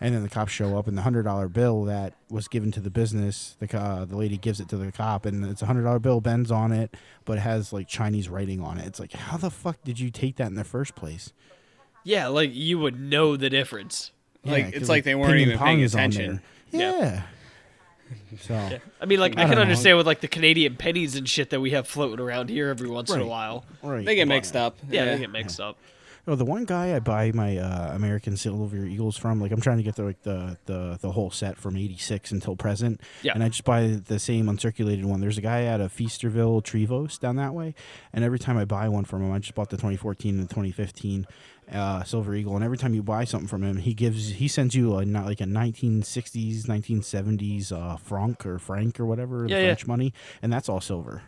Speaker 2: And then the cops show up and the $100 bill that was given to the business, the co- uh, the lady gives it to the cop and it's a $100 bill bends on it but it has like Chinese writing on it. It's like how the fuck did you take that in the first place?
Speaker 1: Yeah, like you would know the difference.
Speaker 3: Like,
Speaker 2: Yeah,
Speaker 3: it's
Speaker 2: 'cause,
Speaker 3: like they weren't
Speaker 2: Ping and
Speaker 3: even paying
Speaker 2: Pong is on
Speaker 3: attention.
Speaker 2: there.
Speaker 1: Yeah.
Speaker 2: Yeah. So
Speaker 1: I mean, like I,
Speaker 2: I
Speaker 1: can
Speaker 2: don't know.
Speaker 1: understand with like the Canadian pennies and shit that we have floating around here every once in a
Speaker 2: Right.
Speaker 1: while.
Speaker 2: right.
Speaker 3: They get
Speaker 2: but-
Speaker 3: mixed up.
Speaker 1: Yeah, they get mixed up.
Speaker 2: Oh, the one guy I buy my uh, American Silver Eagles from, like I'm trying to get the like the the, the whole set from '86 until present.
Speaker 1: Yeah.
Speaker 2: And I just buy the same uncirculated one. There's a guy out of Feasterville, Trevose, down that way, and every time I buy one from him, I just bought the 2014 and the 2015 uh, Silver Eagle, and every time you buy something from him, he gives he sends you a not like a 1960s, 1970s uh, franc or franc or whatever
Speaker 1: Yeah,
Speaker 2: the
Speaker 1: yeah.
Speaker 2: French money, and that's all silver.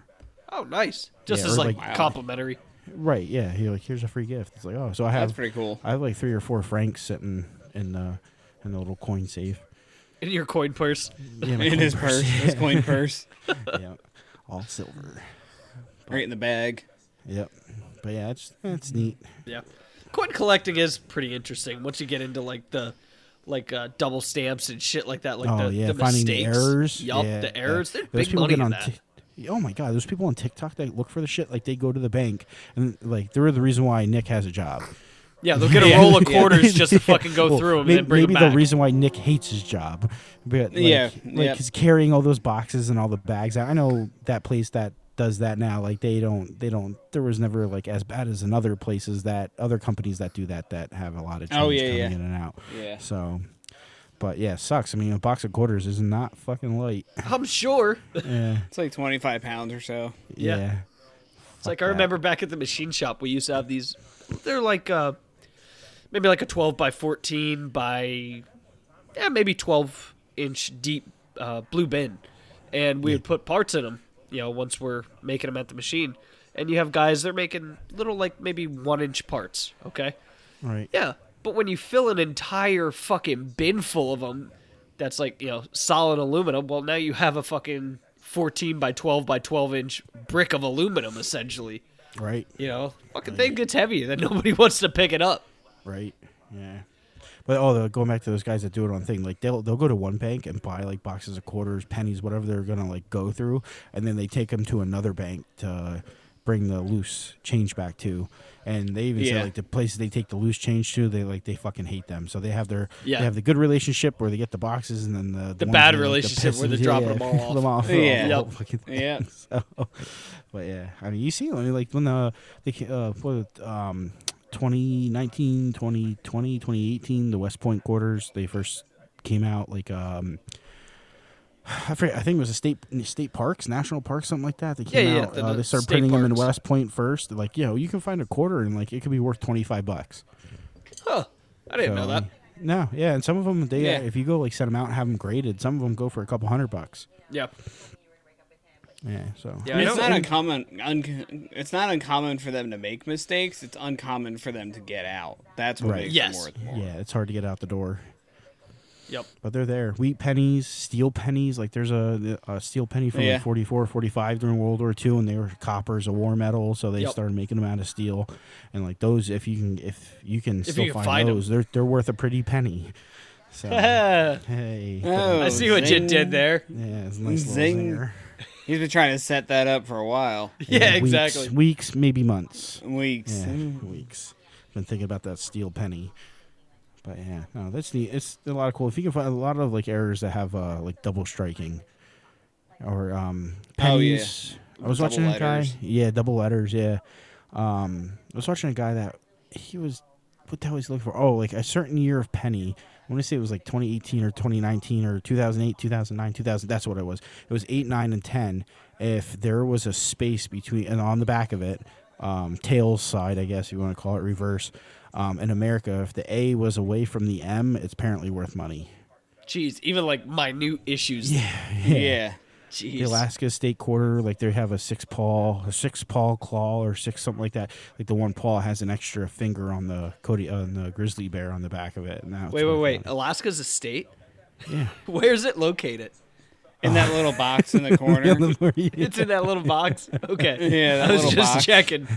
Speaker 1: Oh, nice. Just
Speaker 2: Yeah,
Speaker 1: as
Speaker 2: or,
Speaker 1: like,
Speaker 2: like-
Speaker 1: complimentary.
Speaker 2: Right, yeah. He like here's a free gift. It's like oh, so I have
Speaker 3: That's pretty cool.
Speaker 2: I have like three or four francs sitting in uh in the little coin safe.
Speaker 1: in your coin purse.
Speaker 2: Yeah, my
Speaker 3: In
Speaker 2: coin
Speaker 3: his purse, his coin purse,
Speaker 2: yeah, all silver.
Speaker 3: right in the bag.
Speaker 2: Yep. But yeah, it's that's neat.
Speaker 1: Yeah, coin collecting is pretty interesting once you get into like the like uh, double stamps and shit like that. Like
Speaker 2: oh
Speaker 1: the,
Speaker 2: yeah,
Speaker 1: the
Speaker 2: finding the
Speaker 1: mistakes.
Speaker 2: errors.
Speaker 1: Yup,
Speaker 2: yeah,
Speaker 1: the errors.
Speaker 2: yeah.
Speaker 1: There's big money in that.
Speaker 2: Tik- oh my god, there's people on TikTok that look for the shit. Like they go to the bank and like they're the reason why Nick has a job.
Speaker 1: yeah, they'll get a
Speaker 3: Yeah.
Speaker 1: roll of
Speaker 3: Yeah.
Speaker 1: quarters just to
Speaker 2: Yeah.
Speaker 1: fucking go
Speaker 2: Well,
Speaker 1: through 'em
Speaker 2: may-
Speaker 1: and then bring
Speaker 2: maybe
Speaker 1: them back.
Speaker 2: the reason why Nick hates his job, but like,
Speaker 3: Yeah,
Speaker 2: like
Speaker 3: yep.
Speaker 2: 'cause carrying all those boxes and all the bags. I know that place that does that now. Like they don't, they don't. There was never like as bad as in other places that other companies that do that that have a lot of change
Speaker 3: Oh, yeah,
Speaker 2: coming
Speaker 3: yeah.
Speaker 2: in and out.
Speaker 3: Yeah.
Speaker 2: So, but yeah, it sucks. I mean, a box of quarters is not fucking light.
Speaker 1: I'm sure. It's
Speaker 2: Yeah,
Speaker 3: It's like 25 pounds or so.
Speaker 1: Yeah.
Speaker 2: yeah.
Speaker 1: like I
Speaker 2: that.
Speaker 1: remember back at the machine shop, we used to have these. They're like uh, maybe like a 12 by 14 by yeah maybe 12 inch deep uh, blue bin, and we would put parts in them. You know, once we're making them at the machine, and you have guys they're making little like maybe one inch parts. Okay.
Speaker 2: Right.
Speaker 1: Yeah, but when you fill an entire fucking bin full of them, that's like you know solid aluminum. Well, now you have a fucking fourteen by twelve by twelve inch brick of aluminum essentially.
Speaker 2: Right.
Speaker 1: You know, fucking thing gets heavier that nobody wants to pick it up.
Speaker 2: Right. Yeah. But oh, the- going back to those guys that do it on thing, like they'll they'll go to one bank and buy like boxes of quarters, pennies, whatever they're gonna like go through, and then they take them to another bank to bring the loose change back to. And they even
Speaker 3: Yeah.
Speaker 2: say like the places they take the loose change to, they like they fucking hate them. So they have their
Speaker 1: Yeah.
Speaker 2: they have the good relationship where they get the boxes, and then the the, ones
Speaker 1: bad
Speaker 2: that, like,
Speaker 1: relationship where they're
Speaker 2: pissing-
Speaker 1: dropping them all off.
Speaker 2: them off.
Speaker 3: Yeah.
Speaker 2: all
Speaker 1: Yep.
Speaker 2: fucking thing.
Speaker 3: Yeah.
Speaker 2: So, but yeah, I mean, you see, I mean, like when the they ca- uh, for um 2019, 2020, 2018, the West Point quarters they first came out like um. I, forget, I think it was a state state parks, national parks, something like that. They came
Speaker 1: Yeah, yeah,
Speaker 2: out.
Speaker 1: the-
Speaker 2: uh,
Speaker 1: the
Speaker 2: they started
Speaker 1: state
Speaker 2: printing them in
Speaker 1: parks.
Speaker 2: West Point first. They're like, yo, you can find a quarter and like it could be worth twenty five bucks.
Speaker 1: Huh? I didn't know
Speaker 2: So,
Speaker 1: that.
Speaker 2: No, yeah, and some of them they uh,
Speaker 3: Yeah.
Speaker 2: if you go like set them out and have them graded, some of them go for a couple hundred bucks.
Speaker 1: Yeah,
Speaker 2: Yeah, so
Speaker 1: yeah.
Speaker 3: I mean,
Speaker 1: I
Speaker 3: it's
Speaker 1: know.
Speaker 3: not uncommon. Un- it's not uncommon for them to make mistakes. It's uncommon for them to get out. That's what
Speaker 2: Right.
Speaker 3: makes
Speaker 1: Yes.
Speaker 3: them worth more.
Speaker 2: yeah, it's hard to get out the door.
Speaker 1: Yep.
Speaker 2: But they're there. Wheat pennies, steel pennies. Like there's a, a steel penny from
Speaker 3: Yeah.
Speaker 2: like 44, 45 during World War II, and they were coppers, a war metal. So they
Speaker 1: Yep.
Speaker 2: started making them out of steel. And like those, if you can, if you can
Speaker 1: you
Speaker 2: still
Speaker 1: can
Speaker 2: find,
Speaker 1: find 'em.
Speaker 2: those, they're they're worth a pretty penny. So
Speaker 1: I
Speaker 2: hey,
Speaker 3: Oh.
Speaker 1: see what you
Speaker 3: Zing.
Speaker 1: did there.
Speaker 2: yeah, it's a nice little
Speaker 3: Zing.
Speaker 2: zinger.
Speaker 3: He's been trying to set that up for a while.
Speaker 1: Yeah,
Speaker 2: weeks-
Speaker 1: exactly.
Speaker 2: Weeks, maybe months.
Speaker 3: Weeks.
Speaker 2: Yeah, weeks. Been thinking about that steel penny. But yeah, no, that's neat. It's a lot of cool. If you can find a lot of like errors that have uh, like double striking, or um,
Speaker 3: Oh, yeah.
Speaker 2: pennies. I was
Speaker 3: Double
Speaker 2: watching a guy.
Speaker 3: letters.
Speaker 2: Yeah, double letters. Yeah. Um, I was watching a guy that he was. What the hell was he looking for? Oh, like a certain year of penny. I want to say it was like 2018 or 2019 or 2008, 2009, 2000. That's what it was. It was eight, nine, and ten. If there was a space between and on the back of it, um, tails side, I guess you want to call it reverse. Um, in America, if the A was away from the M, it's apparently worth money.
Speaker 1: Jeez, even like minute issues.
Speaker 3: Yeah.
Speaker 1: Jeez.
Speaker 2: the Alaska State Quarter, like they have a six paw, a six paw claw, or six something like that. Like the one paw has an extra finger on the Cody on the grizzly bear on the back of it. And that's
Speaker 3: Wait,
Speaker 2: what I
Speaker 3: wait, wait.
Speaker 2: thought.
Speaker 1: Alaska's a state.
Speaker 2: Yeah.
Speaker 1: Where's it located?
Speaker 3: In that little box in the corner.
Speaker 1: It's in that little box. Okay.
Speaker 3: Yeah, that
Speaker 1: I was
Speaker 3: little
Speaker 1: just
Speaker 3: box.
Speaker 1: checking.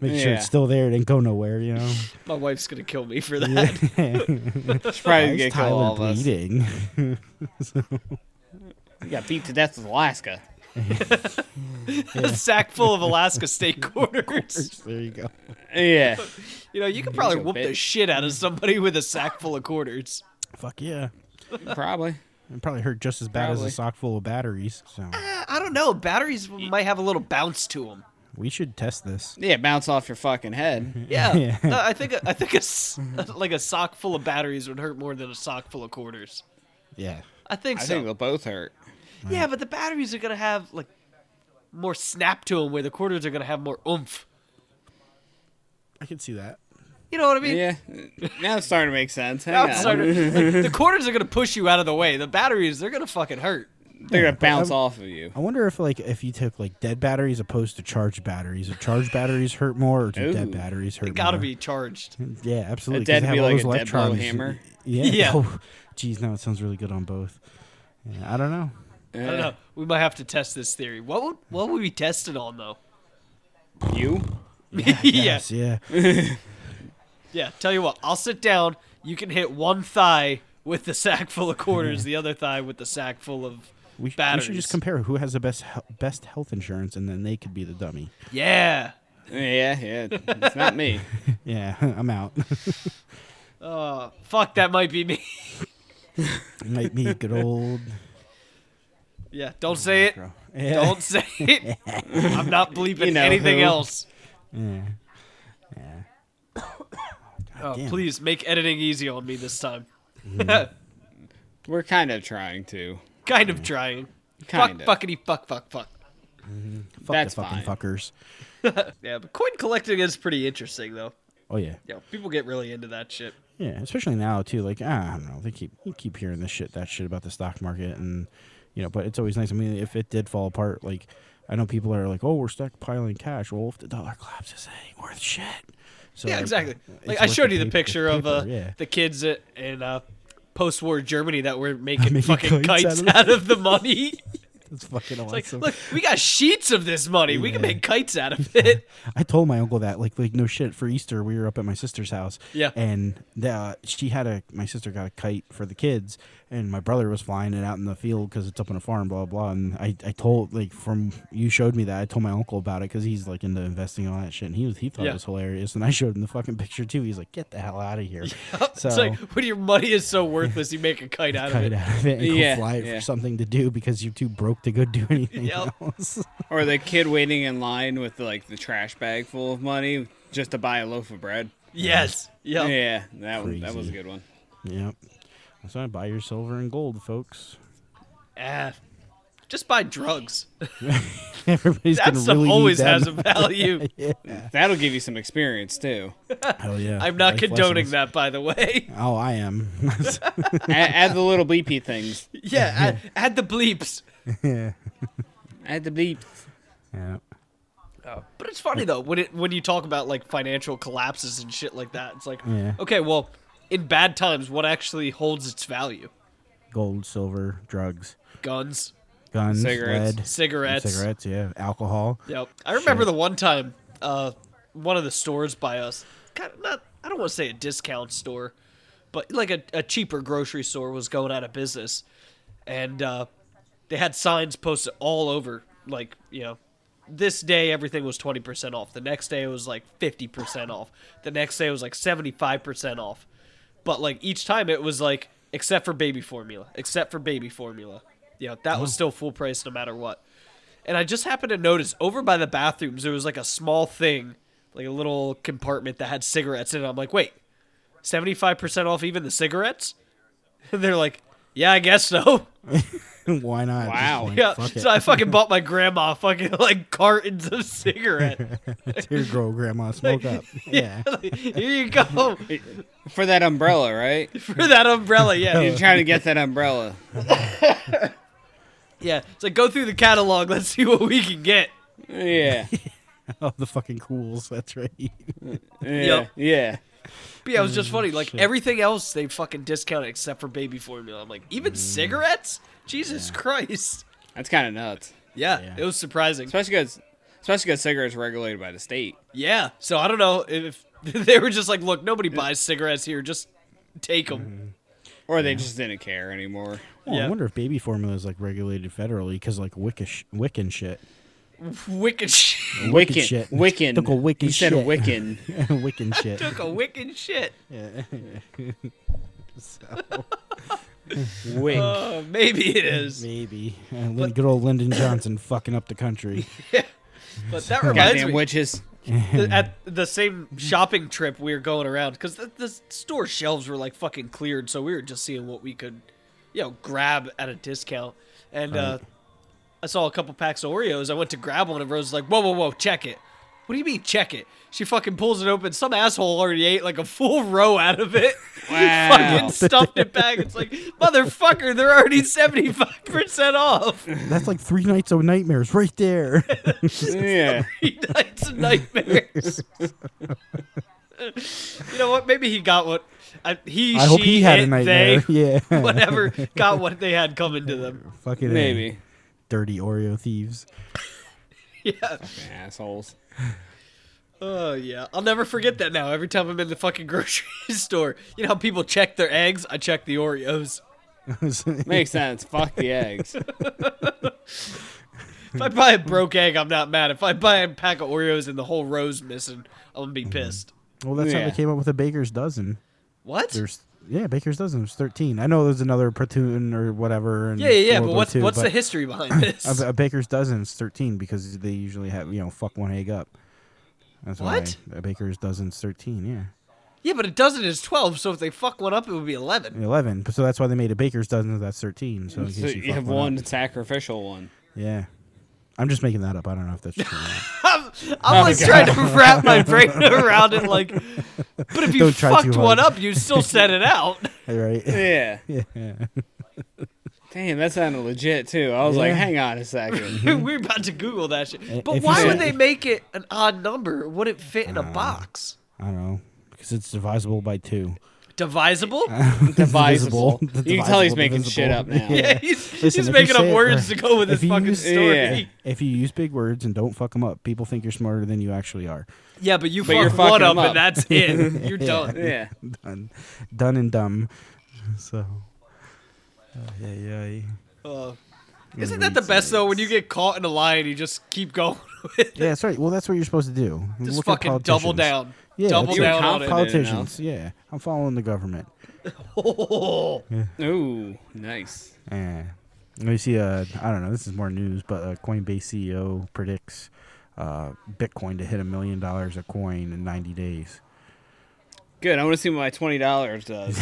Speaker 2: Make sure
Speaker 3: Yeah.
Speaker 2: it's still there. It didn't go nowhere. You know.
Speaker 1: My wife's gonna kill me for that.
Speaker 3: It's probably
Speaker 2: Why
Speaker 3: gonna
Speaker 2: is
Speaker 3: kill all
Speaker 2: Tyler
Speaker 3: of us.
Speaker 2: bleeding?
Speaker 3: You got beat to death with Alaska.
Speaker 1: a sack full of Alaska state quarters.
Speaker 2: there you go.
Speaker 3: Yeah.
Speaker 1: You know, you could probably
Speaker 3: go,
Speaker 1: whoop the
Speaker 3: bitch.
Speaker 1: shit out of somebody with a sack full of quarters.
Speaker 2: Fuck yeah.
Speaker 3: Probably.
Speaker 2: It probably hurt just as bad as
Speaker 3: Probably.
Speaker 2: a sock full of batteries. So
Speaker 1: Eh, I don't know. Batteries might have a little bounce to them.
Speaker 2: we should test this.
Speaker 3: Yeah, bounce off your fucking head.
Speaker 1: Yeah,
Speaker 2: Yeah.
Speaker 1: No, I think I think a, s- like a sock full of batteries would hurt more than a sock full of quarters.
Speaker 2: Yeah.
Speaker 1: I think
Speaker 3: I
Speaker 1: so.
Speaker 3: think they'll both hurt.
Speaker 1: yeah, but the batteries are gonna have like more snap to them, where the quarters are gonna have more oomph.
Speaker 2: I can see that.
Speaker 1: You know what I mean?
Speaker 3: Yeah. Now it's starting to make sense. Hang
Speaker 1: Now
Speaker 3: on.
Speaker 1: it's starting to- like, the quarters are gonna push you out of the way. The batteries, they're gonna fucking hurt.
Speaker 3: They're gonna bounce
Speaker 2: I'm-
Speaker 3: off of you.
Speaker 2: I wonder if like if you took like dead batteries opposed to charged batteries, if charged batteries hurt more or do dead
Speaker 3: Ooh.
Speaker 2: batteries hurt
Speaker 1: They gotta
Speaker 2: more?
Speaker 1: be charged.
Speaker 2: Yeah, absolutely. 'cause
Speaker 3: dead
Speaker 2: they have
Speaker 3: be
Speaker 2: all
Speaker 3: like
Speaker 2: those
Speaker 3: a dead blow
Speaker 2: electrons.
Speaker 3: hammer?
Speaker 2: Yeah.
Speaker 1: Yeah.
Speaker 2: Oh, geez, no, it sounds really good on both. Yeah, I don't know.
Speaker 3: Yeah.
Speaker 1: I don't know. We might have to test this theory. What would what would we test it on though?
Speaker 3: You?
Speaker 1: Yeah,
Speaker 2: Yes, yeah.
Speaker 1: yeah. Tell you what, I'll sit down. You can hit one thigh with the sack full of quarters, the other thigh with the sack full of
Speaker 2: We, sh- we
Speaker 1: batteries.
Speaker 2: should just compare who has the best he- best health insurance, and then they could be the dummy.
Speaker 1: Yeah.
Speaker 3: Yeah, yeah. It's not me.
Speaker 2: Yeah, I'm out.
Speaker 1: Uh, fuck, that might be me.
Speaker 2: Might be good old.
Speaker 1: yeah. Don't say it.
Speaker 2: Bro. Yeah.
Speaker 1: Don't say it. I'm not bleeping
Speaker 3: You know
Speaker 1: anything
Speaker 3: who.
Speaker 1: else.
Speaker 2: Yeah.
Speaker 1: Uh,
Speaker 2: damn.
Speaker 1: please make editing easy on me this time. Mm-hmm.
Speaker 3: We're kind of trying to.
Speaker 1: kind of trying.
Speaker 3: Kind
Speaker 1: Fuck,
Speaker 3: of.
Speaker 1: fuckity, fuck, fuck, fuck.
Speaker 2: Fuck
Speaker 3: That's
Speaker 2: the fucking
Speaker 3: fine.
Speaker 2: fuckers.
Speaker 1: Yeah, but coin collecting is pretty interesting though.
Speaker 2: Oh yeah.
Speaker 1: Yeah, people get really into that shit.
Speaker 2: Yeah, especially now too. Like ah, I don't know, they keep you keep hearing this shit, that shit about the stock market, and you know. But it's always nice. I mean, if it did fall apart, like I know people are like, oh, we're stockpiling cash. Well, if the dollar collapses, it ain't worth shit. So
Speaker 1: yeah,
Speaker 2: like,
Speaker 1: exactly.
Speaker 2: it's
Speaker 1: Like I
Speaker 2: worth
Speaker 1: showed you the
Speaker 2: pa-
Speaker 1: picture of uh,
Speaker 2: paper, yeah.
Speaker 1: the kids i- in uh, post-war Germany that were making,
Speaker 2: Making
Speaker 1: fucking
Speaker 2: kites
Speaker 1: kites
Speaker 2: out
Speaker 1: out
Speaker 2: of
Speaker 1: of, the money.
Speaker 2: It's fucking
Speaker 1: like,
Speaker 2: awesome.
Speaker 1: look, we got sheets of this money. We can
Speaker 2: Yeah.
Speaker 1: make kites out of it.
Speaker 2: I told my uncle that, like, like no shit. For Easter, we were up at my sister's house.
Speaker 1: Yeah.
Speaker 2: And the, uh, she had a my sister got a kite for the kids, and my brother was flying it out in the field because it's up on a farm, blah blah. And I, I told like from you showed me that I told my uncle about it because he's like into investing and all that shit, and he was he thought
Speaker 1: Yeah.
Speaker 2: it was hilarious, and I showed him the fucking picture too. He's like, get the hell out of here. So.
Speaker 1: it's like when your money is so worthless, you make a kite out of
Speaker 2: Cut
Speaker 1: it.
Speaker 2: it out of it and go
Speaker 3: Yeah,
Speaker 2: fly it
Speaker 3: yeah.
Speaker 2: for something to do because you're too broke to go do anything
Speaker 1: Yep.
Speaker 2: else.
Speaker 3: Or the kid waiting in line with like the trash bag full of money just to buy a loaf of bread.
Speaker 1: Yes. Yeah.
Speaker 3: Yeah, that one, that was
Speaker 2: Crazy.
Speaker 3: a good one.
Speaker 2: yep. That's why I buy your silver and gold, folks.
Speaker 1: Ah. just buy drugs.
Speaker 2: Everybody's
Speaker 1: That
Speaker 2: gonna
Speaker 1: stuff
Speaker 2: really
Speaker 1: always
Speaker 2: need that.
Speaker 1: has a value.
Speaker 3: That'll give you some experience too.
Speaker 2: Hell yeah!
Speaker 1: I'm not
Speaker 2: Life
Speaker 1: condoning
Speaker 2: lessons.
Speaker 1: that, by the way.
Speaker 2: Oh, I am.
Speaker 3: add, add the little bleepy things.
Speaker 1: yeah. Add, add the bleeps.
Speaker 2: yeah.
Speaker 3: Add the bleep.
Speaker 2: Yeah.
Speaker 1: Oh, But it's funny though when it when you talk about like financial collapses and shit like that. It's like,
Speaker 2: Yeah.
Speaker 1: okay, well, in bad times, what actually holds its value?
Speaker 2: Gold, silver, drugs,
Speaker 1: Guns,
Speaker 2: guns,
Speaker 3: Cigarettes.
Speaker 2: lead,
Speaker 1: cigarettes.
Speaker 2: cigarettes. Yeah, alcohol.
Speaker 1: Yep. I remember
Speaker 2: Shit.
Speaker 1: the one time, uh, one of the stores by us, kind of not, I don't want to say a discount store, but like a, a cheaper grocery store was going out of business, and uh, they had signs posted all over, like you know. This day everything was twenty percent off. The next day it was like fifty percent off. The next day it was like seventy five percent off. But like each time it was like except for baby formula, except for baby formula. You know, that was still full price no matter what. And I just happened to notice over by the bathrooms there was like a small thing, like a little compartment that had cigarettes in it. I'm like, wait, seventy five percent off even the cigarettes? And they're like, Yeah, I guess so.
Speaker 2: Why not? At this
Speaker 3: Wow.
Speaker 2: point,
Speaker 1: Yeah.
Speaker 2: Fuck it.
Speaker 1: So I fucking bought my grandma fucking like cartons of cigarette.
Speaker 2: Here, grow, grandma, smoke up. Yeah.
Speaker 1: Here you go.
Speaker 3: For that umbrella, right?
Speaker 1: For that umbrella, yeah.
Speaker 3: You're trying to get that umbrella.
Speaker 1: Yeah, it's like go through the catalog. Let's see what we can get.
Speaker 3: Yeah.
Speaker 2: oh, the fucking cools. That's right.
Speaker 3: Yeah. Yeah.
Speaker 1: But yeah, it was
Speaker 2: Mm,
Speaker 1: just funny. Like everything else, they fucking discounted except for baby formula. I'm like, even
Speaker 2: Mm.
Speaker 1: cigarettes? Jesus Christ!
Speaker 3: That's kind of nuts.
Speaker 1: Yeah,
Speaker 2: Yeah.
Speaker 1: it was surprising.
Speaker 3: Especially because especially because cigarettes are regulated by the state.
Speaker 1: Yeah, so I don't know if they were just like, look, nobody buys cigarettes here. Just take them.
Speaker 3: Or they just didn't care anymore.
Speaker 2: Well,
Speaker 1: Yeah.
Speaker 2: Oh, I wonder if baby formula is like regulated federally because like Wicca sh- Wiccan shit.
Speaker 1: Wicked shit.
Speaker 2: Wicked
Speaker 3: Wiccan.
Speaker 2: shit.
Speaker 3: Wiccan.
Speaker 2: Took a Wiccan
Speaker 3: He said
Speaker 2: shit.
Speaker 3: Wiccan.
Speaker 2: Wiccan shit.
Speaker 1: Took a wicked shit.
Speaker 3: Wick.
Speaker 1: Uh, maybe it is.
Speaker 2: Maybe. And Lin- good old Lyndon Johnson fucking up the country.
Speaker 1: But that reminds
Speaker 3: Goddamn
Speaker 1: me.
Speaker 3: witches.
Speaker 1: th- at the same shopping trip we were going around because the, the store shelves were like fucking cleared, so we were just seeing what we could, you know, grab at a discount. And uh, I saw a couple packs of Oreos. I went to grab one, and Rose was like, "Whoa, whoa, whoa, check it." What do you mean, check it? She fucking pulls it open. Some asshole already ate like a full row out of it.
Speaker 3: Wow.
Speaker 1: fucking stuffed it back. It's like, motherfucker, they're already 75% off.
Speaker 2: That's like three nights of nightmares right there.
Speaker 3: Yeah.
Speaker 1: he died some nightmares. you know what? Maybe he got what I, he,
Speaker 2: I
Speaker 1: she,
Speaker 2: hope he had a
Speaker 1: it,
Speaker 2: nightmare.
Speaker 1: they,
Speaker 2: yeah.
Speaker 1: whatever, got what they had coming to them.
Speaker 2: Fucking A.
Speaker 3: Maybe.
Speaker 2: Dirty Oreo thieves.
Speaker 1: Yeah.
Speaker 3: Assholes.
Speaker 1: Oh yeah. I'll never forget that now. Every time I'm in the fucking grocery store, you know how people check their eggs? I check the Oreos.
Speaker 3: Makes sense. Fuck the eggs.
Speaker 1: If I buy a broke egg, I'm not mad. If I buy a pack of Oreos and the whole row's missing, I'm gonna be
Speaker 2: Mm-hmm.
Speaker 1: pissed.
Speaker 2: well, that's how
Speaker 3: Yeah.
Speaker 2: they came up with a baker's dozen.
Speaker 1: What?
Speaker 2: There's yeah, baker's dozen. There's thirteen. I know there's another platoon or whatever. In
Speaker 1: yeah, yeah, yeah.
Speaker 2: World
Speaker 1: But
Speaker 2: War
Speaker 1: what's
Speaker 2: II,
Speaker 1: what's
Speaker 2: but uh,
Speaker 1: the history behind this?
Speaker 2: A, a baker's dozen is thirteen because they usually have you know fuck one egg up. That's
Speaker 1: What?
Speaker 2: why a baker's dozen's thirteen. Yeah.
Speaker 1: yeah, but a dozen is twelve. So if they fuck one up, it would be eleven.
Speaker 2: 11. But so that's why they made a baker's dozen. That's 13. So, in
Speaker 3: So
Speaker 2: case you,
Speaker 3: you have
Speaker 2: fuck
Speaker 3: one
Speaker 2: up.
Speaker 3: sacrificial one.
Speaker 2: Yeah. I'm just making that up. I don't know if that's true. or not.
Speaker 1: I'm, I'm like trying to wrap my brain around it. Like, but if you
Speaker 2: Don't try too
Speaker 1: fucked one
Speaker 2: hard.
Speaker 1: up, you still set it out.
Speaker 2: right?
Speaker 3: Yeah.
Speaker 2: Yeah.
Speaker 3: Damn, that sounded legit too. I was like,
Speaker 2: Yeah.
Speaker 3: hang on a second.
Speaker 1: We're about to Google that shit. But
Speaker 2: if you Uh,
Speaker 1: why would
Speaker 3: said-
Speaker 1: they make it an odd number? Would it fit in a box?
Speaker 2: I don't know. Because it's divisible by two.
Speaker 1: Divisible?
Speaker 3: Divisible.
Speaker 2: Divisible.
Speaker 3: You can tell he's
Speaker 2: Divisible,
Speaker 3: making
Speaker 2: divisible.
Speaker 3: shit up now.
Speaker 2: Yeah.
Speaker 1: Yeah, he's,
Speaker 2: Listen, if
Speaker 1: he's
Speaker 2: you
Speaker 1: making up
Speaker 2: say it
Speaker 1: words to
Speaker 2: right-
Speaker 1: go with his
Speaker 2: if you
Speaker 1: fucking
Speaker 2: use-
Speaker 1: story.
Speaker 3: Yeah.
Speaker 1: Yeah.
Speaker 2: If you use big words and don't fuck them up, people think you're smarter than you actually are.
Speaker 1: but you
Speaker 3: But you're
Speaker 1: fuck one
Speaker 3: fucking
Speaker 1: up,
Speaker 3: him up.
Speaker 1: and that's it. You're done.
Speaker 3: Yeah.
Speaker 2: Done, done and dumb. So. Yeah, yeah.
Speaker 1: Uh, isn't that the best though? When you get caught in a lie and you just keep going with it?
Speaker 2: Yeah, that's right. Well, that's what you're supposed to do.
Speaker 1: Just
Speaker 2: Look at
Speaker 1: fucking double
Speaker 2: politicians.
Speaker 1: down.
Speaker 2: Yeah,
Speaker 1: double
Speaker 2: that's
Speaker 1: down
Speaker 2: right.
Speaker 1: on it.
Speaker 3: Confident.
Speaker 2: Politicians. Yeah, I'm following the government.
Speaker 3: Ooh, nice.
Speaker 2: Eh. We see, uh, I don't know, this is more news, but uh, Coinbase CEO predicts uh, Bitcoin to hit a million dollars a coin in 90 days.
Speaker 3: Good. I want to see what my twenty dollars does.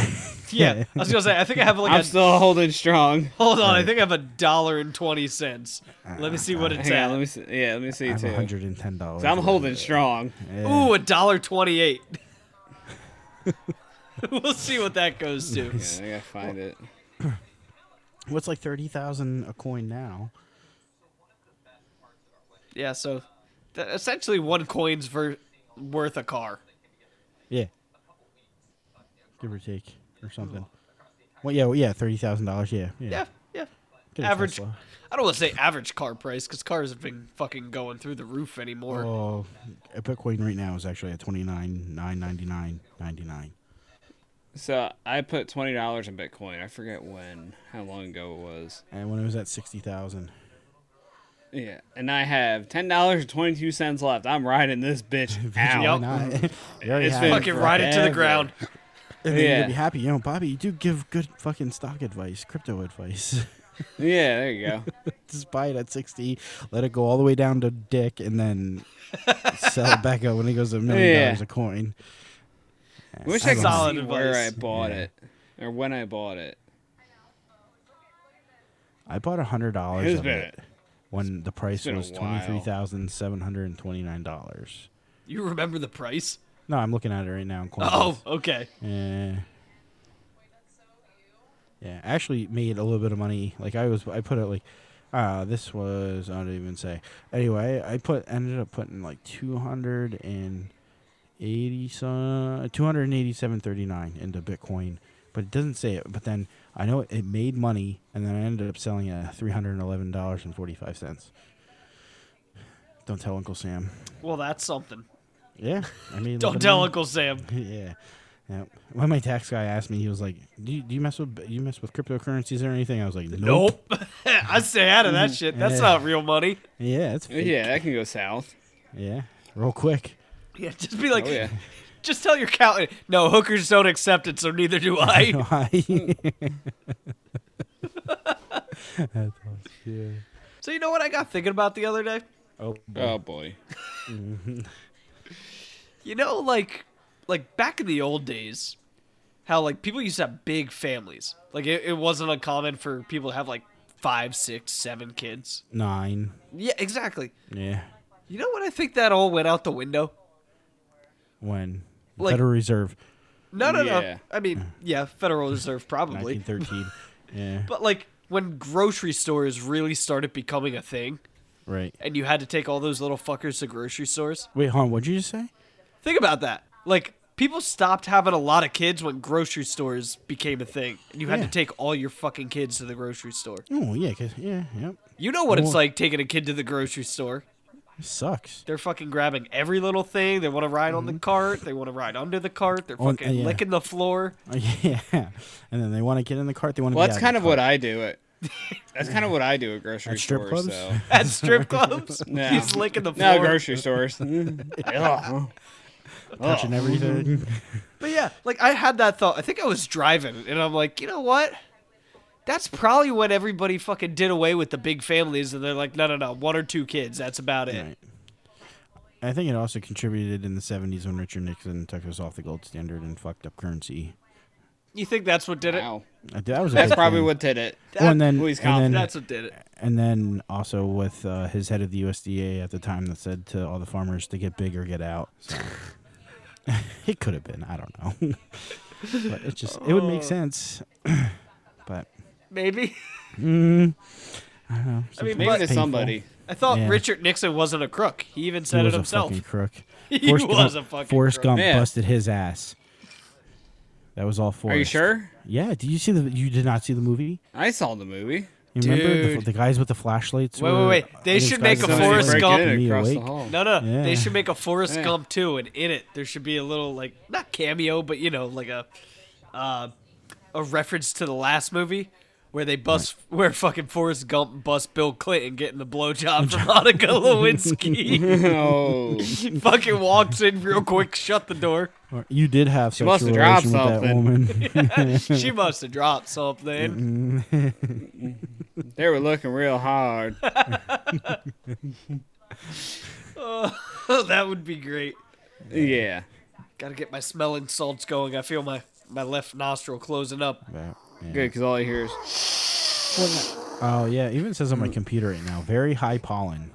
Speaker 1: yeah, I was gonna say. I think I have like
Speaker 3: I'm
Speaker 1: a
Speaker 3: still holding strong.
Speaker 1: Hold on, I think I have a dollar and twenty cents. Let me see what it's
Speaker 3: Hang on, let
Speaker 1: at.
Speaker 3: me see. Yeah, let me see
Speaker 2: Ah, I have
Speaker 3: too.
Speaker 2: $110.
Speaker 3: So I'm holding strong.
Speaker 2: Eh.
Speaker 1: Ooh, a dollar twenty-eight. we'll see what that goes to.
Speaker 3: Yeah, I gotta find it.
Speaker 2: What's like 30000 a coin now?
Speaker 1: Yeah, so th- essentially one coin's ver- worth a car.
Speaker 2: Yeah. Give or take, or something. Well, yeah, well, yeah, $30,000. Yeah.
Speaker 1: Yeah, yeah.
Speaker 2: Get a
Speaker 1: Average.
Speaker 2: Tesla.
Speaker 1: I don't want to say average car price because cars have been fucking going through the roof anymore.
Speaker 2: Oh, a Bitcoin right now is actually at twenty nine nine ninety nine ninety nine.
Speaker 3: So I put twenty dollars in Bitcoin. I forget when, how long ago it was.
Speaker 2: and when it was at sixty thousand.
Speaker 3: Yeah, and I have ten dollars and twenty two cents left. I'm riding this bitch
Speaker 1: Yup.
Speaker 3: out.
Speaker 2: Not. You already
Speaker 3: It's
Speaker 2: have
Speaker 3: been
Speaker 2: it.
Speaker 1: fucking ride it to the
Speaker 3: forever.
Speaker 1: ground.
Speaker 2: And then yeah.
Speaker 3: Yeah.
Speaker 2: you'll be happy. You know, Bobby, you do give good fucking stock advice, crypto advice.
Speaker 3: Yeah, there you go.
Speaker 2: Just buy it at 60, let it go all the way down to dick, and then sell it back up when it goes to a million
Speaker 3: Yeah.
Speaker 2: dollars a coin.
Speaker 3: I wish I could
Speaker 1: Solid
Speaker 3: see where I
Speaker 1: advice.
Speaker 3: bought
Speaker 2: Yeah.
Speaker 3: it or when I bought it.
Speaker 2: I bought $100
Speaker 3: Who's
Speaker 2: of
Speaker 3: been
Speaker 2: it
Speaker 3: it?
Speaker 2: when the price
Speaker 3: been a
Speaker 2: was
Speaker 3: while.
Speaker 2: $23,729.
Speaker 1: You remember the price?
Speaker 2: No, I'm looking at it right now. in Coinbase.
Speaker 1: Oh, okay.
Speaker 2: Yeah. Yeah, I actually made a little bit of money. Like I was, I put it like, Uh, this was I don't even say. Anyway, I put ended up putting like two hundred and eighty some two hundred and eighty seven thirty nine into Bitcoin, but it doesn't say it. But then I know it, it made money, and then I ended up selling at three hundred and eleven dollars and forty five cents. Don't tell Uncle Sam.
Speaker 1: Well, that's something.
Speaker 2: Yeah, I mean,
Speaker 1: Don't
Speaker 2: living
Speaker 1: tell
Speaker 2: in-
Speaker 1: Uncle Sam.
Speaker 2: yeah. Yeah. When my tax guy asked me, he was like, "Do you, do you mess with you mess with cryptocurrencies or anything?" I was like, "Nope."
Speaker 1: Nope. I stay out of that shit. That's
Speaker 2: Yeah.
Speaker 1: not real money.
Speaker 2: Yeah, it's fake.
Speaker 3: Yeah, that can go south.
Speaker 2: yeah, real quick.
Speaker 1: Yeah, just be like,
Speaker 3: oh yeah.
Speaker 1: just tell your accountant. No, hookers don't accept it, so neither do I.
Speaker 2: yeah.
Speaker 1: so you know what I got thinking about the other day?
Speaker 2: Oh,
Speaker 3: Oh boy.
Speaker 1: You know, like, like back in the old days, how like people used to have big families. Like it, it wasn't uncommon for people to have like five, six, seven kids.
Speaker 2: nine.
Speaker 1: Yeah, exactly.
Speaker 2: Yeah,
Speaker 1: You know what I think that all went out the window?
Speaker 2: when
Speaker 1: Like-
Speaker 2: Federal Reserve,
Speaker 1: No, no,
Speaker 3: Yeah.
Speaker 1: no. I mean, yeah, Federal Reserve probably.
Speaker 2: nineteen thirteen. yeah,
Speaker 1: But like when grocery stores really started becoming a thing,
Speaker 2: right.
Speaker 1: and you had to take all those little fuckers to grocery stores.
Speaker 2: Wait, hon, what'd you just say?
Speaker 1: Think about that. Like people stopped having a lot of kids when grocery stores became a thing, and you had
Speaker 2: Yeah.
Speaker 1: to take all your fucking kids to the grocery store.
Speaker 2: Oh yeah, 'cause- yeah, yep.
Speaker 1: You know what it's
Speaker 2: Well-
Speaker 1: like taking a kid to the grocery store.
Speaker 2: It sucks.
Speaker 1: They're fucking grabbing every little thing. They want to ride on the cart. They want to ride under the cart. They're
Speaker 2: Mm-hmm. On-
Speaker 1: fucking
Speaker 2: yeah.
Speaker 1: licking the floor.
Speaker 2: Yeah, and then they want to get in the cart. They want to.
Speaker 3: Well,
Speaker 2: be
Speaker 3: that's
Speaker 2: out
Speaker 3: kind
Speaker 2: of
Speaker 3: of
Speaker 2: the cart.
Speaker 3: what I do at. That's kind of what I do at grocery
Speaker 2: At strip
Speaker 3: stores.
Speaker 2: clubs?
Speaker 3: So.
Speaker 1: At strip clubs,
Speaker 3: No.
Speaker 1: he's licking the floor.
Speaker 3: No grocery stores. Ugh.
Speaker 2: touching
Speaker 3: Oh.
Speaker 2: everything.
Speaker 1: But yeah, like I had that thought. I think I was driving, and I'm like, you know what? That's probably when everybody fucking did away with the big families, and they're like, no, no, no, one or two kids. That's about it.
Speaker 2: Right. I think it also contributed in the 70s when Richard Nixon took us off the gold standard and fucked up currency.
Speaker 1: You think that's what did it?
Speaker 3: Wow.
Speaker 2: Uh, That was a
Speaker 3: That's
Speaker 2: big
Speaker 3: probably
Speaker 2: thing.
Speaker 3: what did it.
Speaker 2: Well, and then,
Speaker 3: Well, he's
Speaker 2: and then,
Speaker 1: That's what did it.
Speaker 2: and then also with uh, his head of the USDA at the time that said to all the farmers to get big or get out. So it could have been. I don't know. but it just it would
Speaker 1: Uh.
Speaker 2: make sense. but mm,
Speaker 1: Maybe.
Speaker 2: I don't know.
Speaker 1: mean,
Speaker 2: sometimes
Speaker 3: Maybe
Speaker 1: But-
Speaker 2: it's
Speaker 3: to
Speaker 2: painful.
Speaker 3: somebody.
Speaker 1: I thought
Speaker 2: Yeah.
Speaker 1: Richard Nixon wasn't a crook. He even said
Speaker 2: he
Speaker 1: it
Speaker 2: was
Speaker 1: himself.
Speaker 2: a fucking crook.
Speaker 1: He was a fucking
Speaker 2: Forrest
Speaker 1: crook.
Speaker 2: Gump
Speaker 3: Yeah.
Speaker 2: busted his ass. That was all Forrest.
Speaker 3: Are you sure?
Speaker 2: Yeah. Did you see the? You did not see the movie.
Speaker 3: I saw the movie.
Speaker 2: You remember the,
Speaker 1: Dude.
Speaker 2: the guys with the flashlights?
Speaker 1: Wait, wait,
Speaker 2: were-
Speaker 1: wait. They
Speaker 2: those
Speaker 1: should make
Speaker 2: guys
Speaker 1: a
Speaker 2: with
Speaker 3: Somebody
Speaker 1: Forrest
Speaker 3: breaking
Speaker 1: Gump.
Speaker 3: in
Speaker 2: Me
Speaker 3: across the
Speaker 2: awake.
Speaker 3: hall.
Speaker 1: No, no,
Speaker 2: Yeah.
Speaker 1: they should make a Forrest
Speaker 3: Yeah.
Speaker 1: Gump too, and in it there should be a little like not cameo, but you know, like a uh, a reference to the last movie where they bust where fucking Forrest Gump bust Bill Clinton getting the blowjob from Monica Lewinsky.
Speaker 3: No.
Speaker 1: He fucking walks in real quick, shut the door.
Speaker 2: Or- You did have sexual
Speaker 3: must have dropped
Speaker 2: relation with that
Speaker 3: something.
Speaker 2: woman.
Speaker 1: She must have dropped something.
Speaker 3: they were looking real hard.
Speaker 1: that would be great.
Speaker 3: Yeah.
Speaker 1: Gotta get my smelling salts going. I feel my my left nostril closing up.
Speaker 2: Yeah.
Speaker 3: Good, because all I hear is.
Speaker 2: Oh yeah, even says on my computer right now, very high pollen.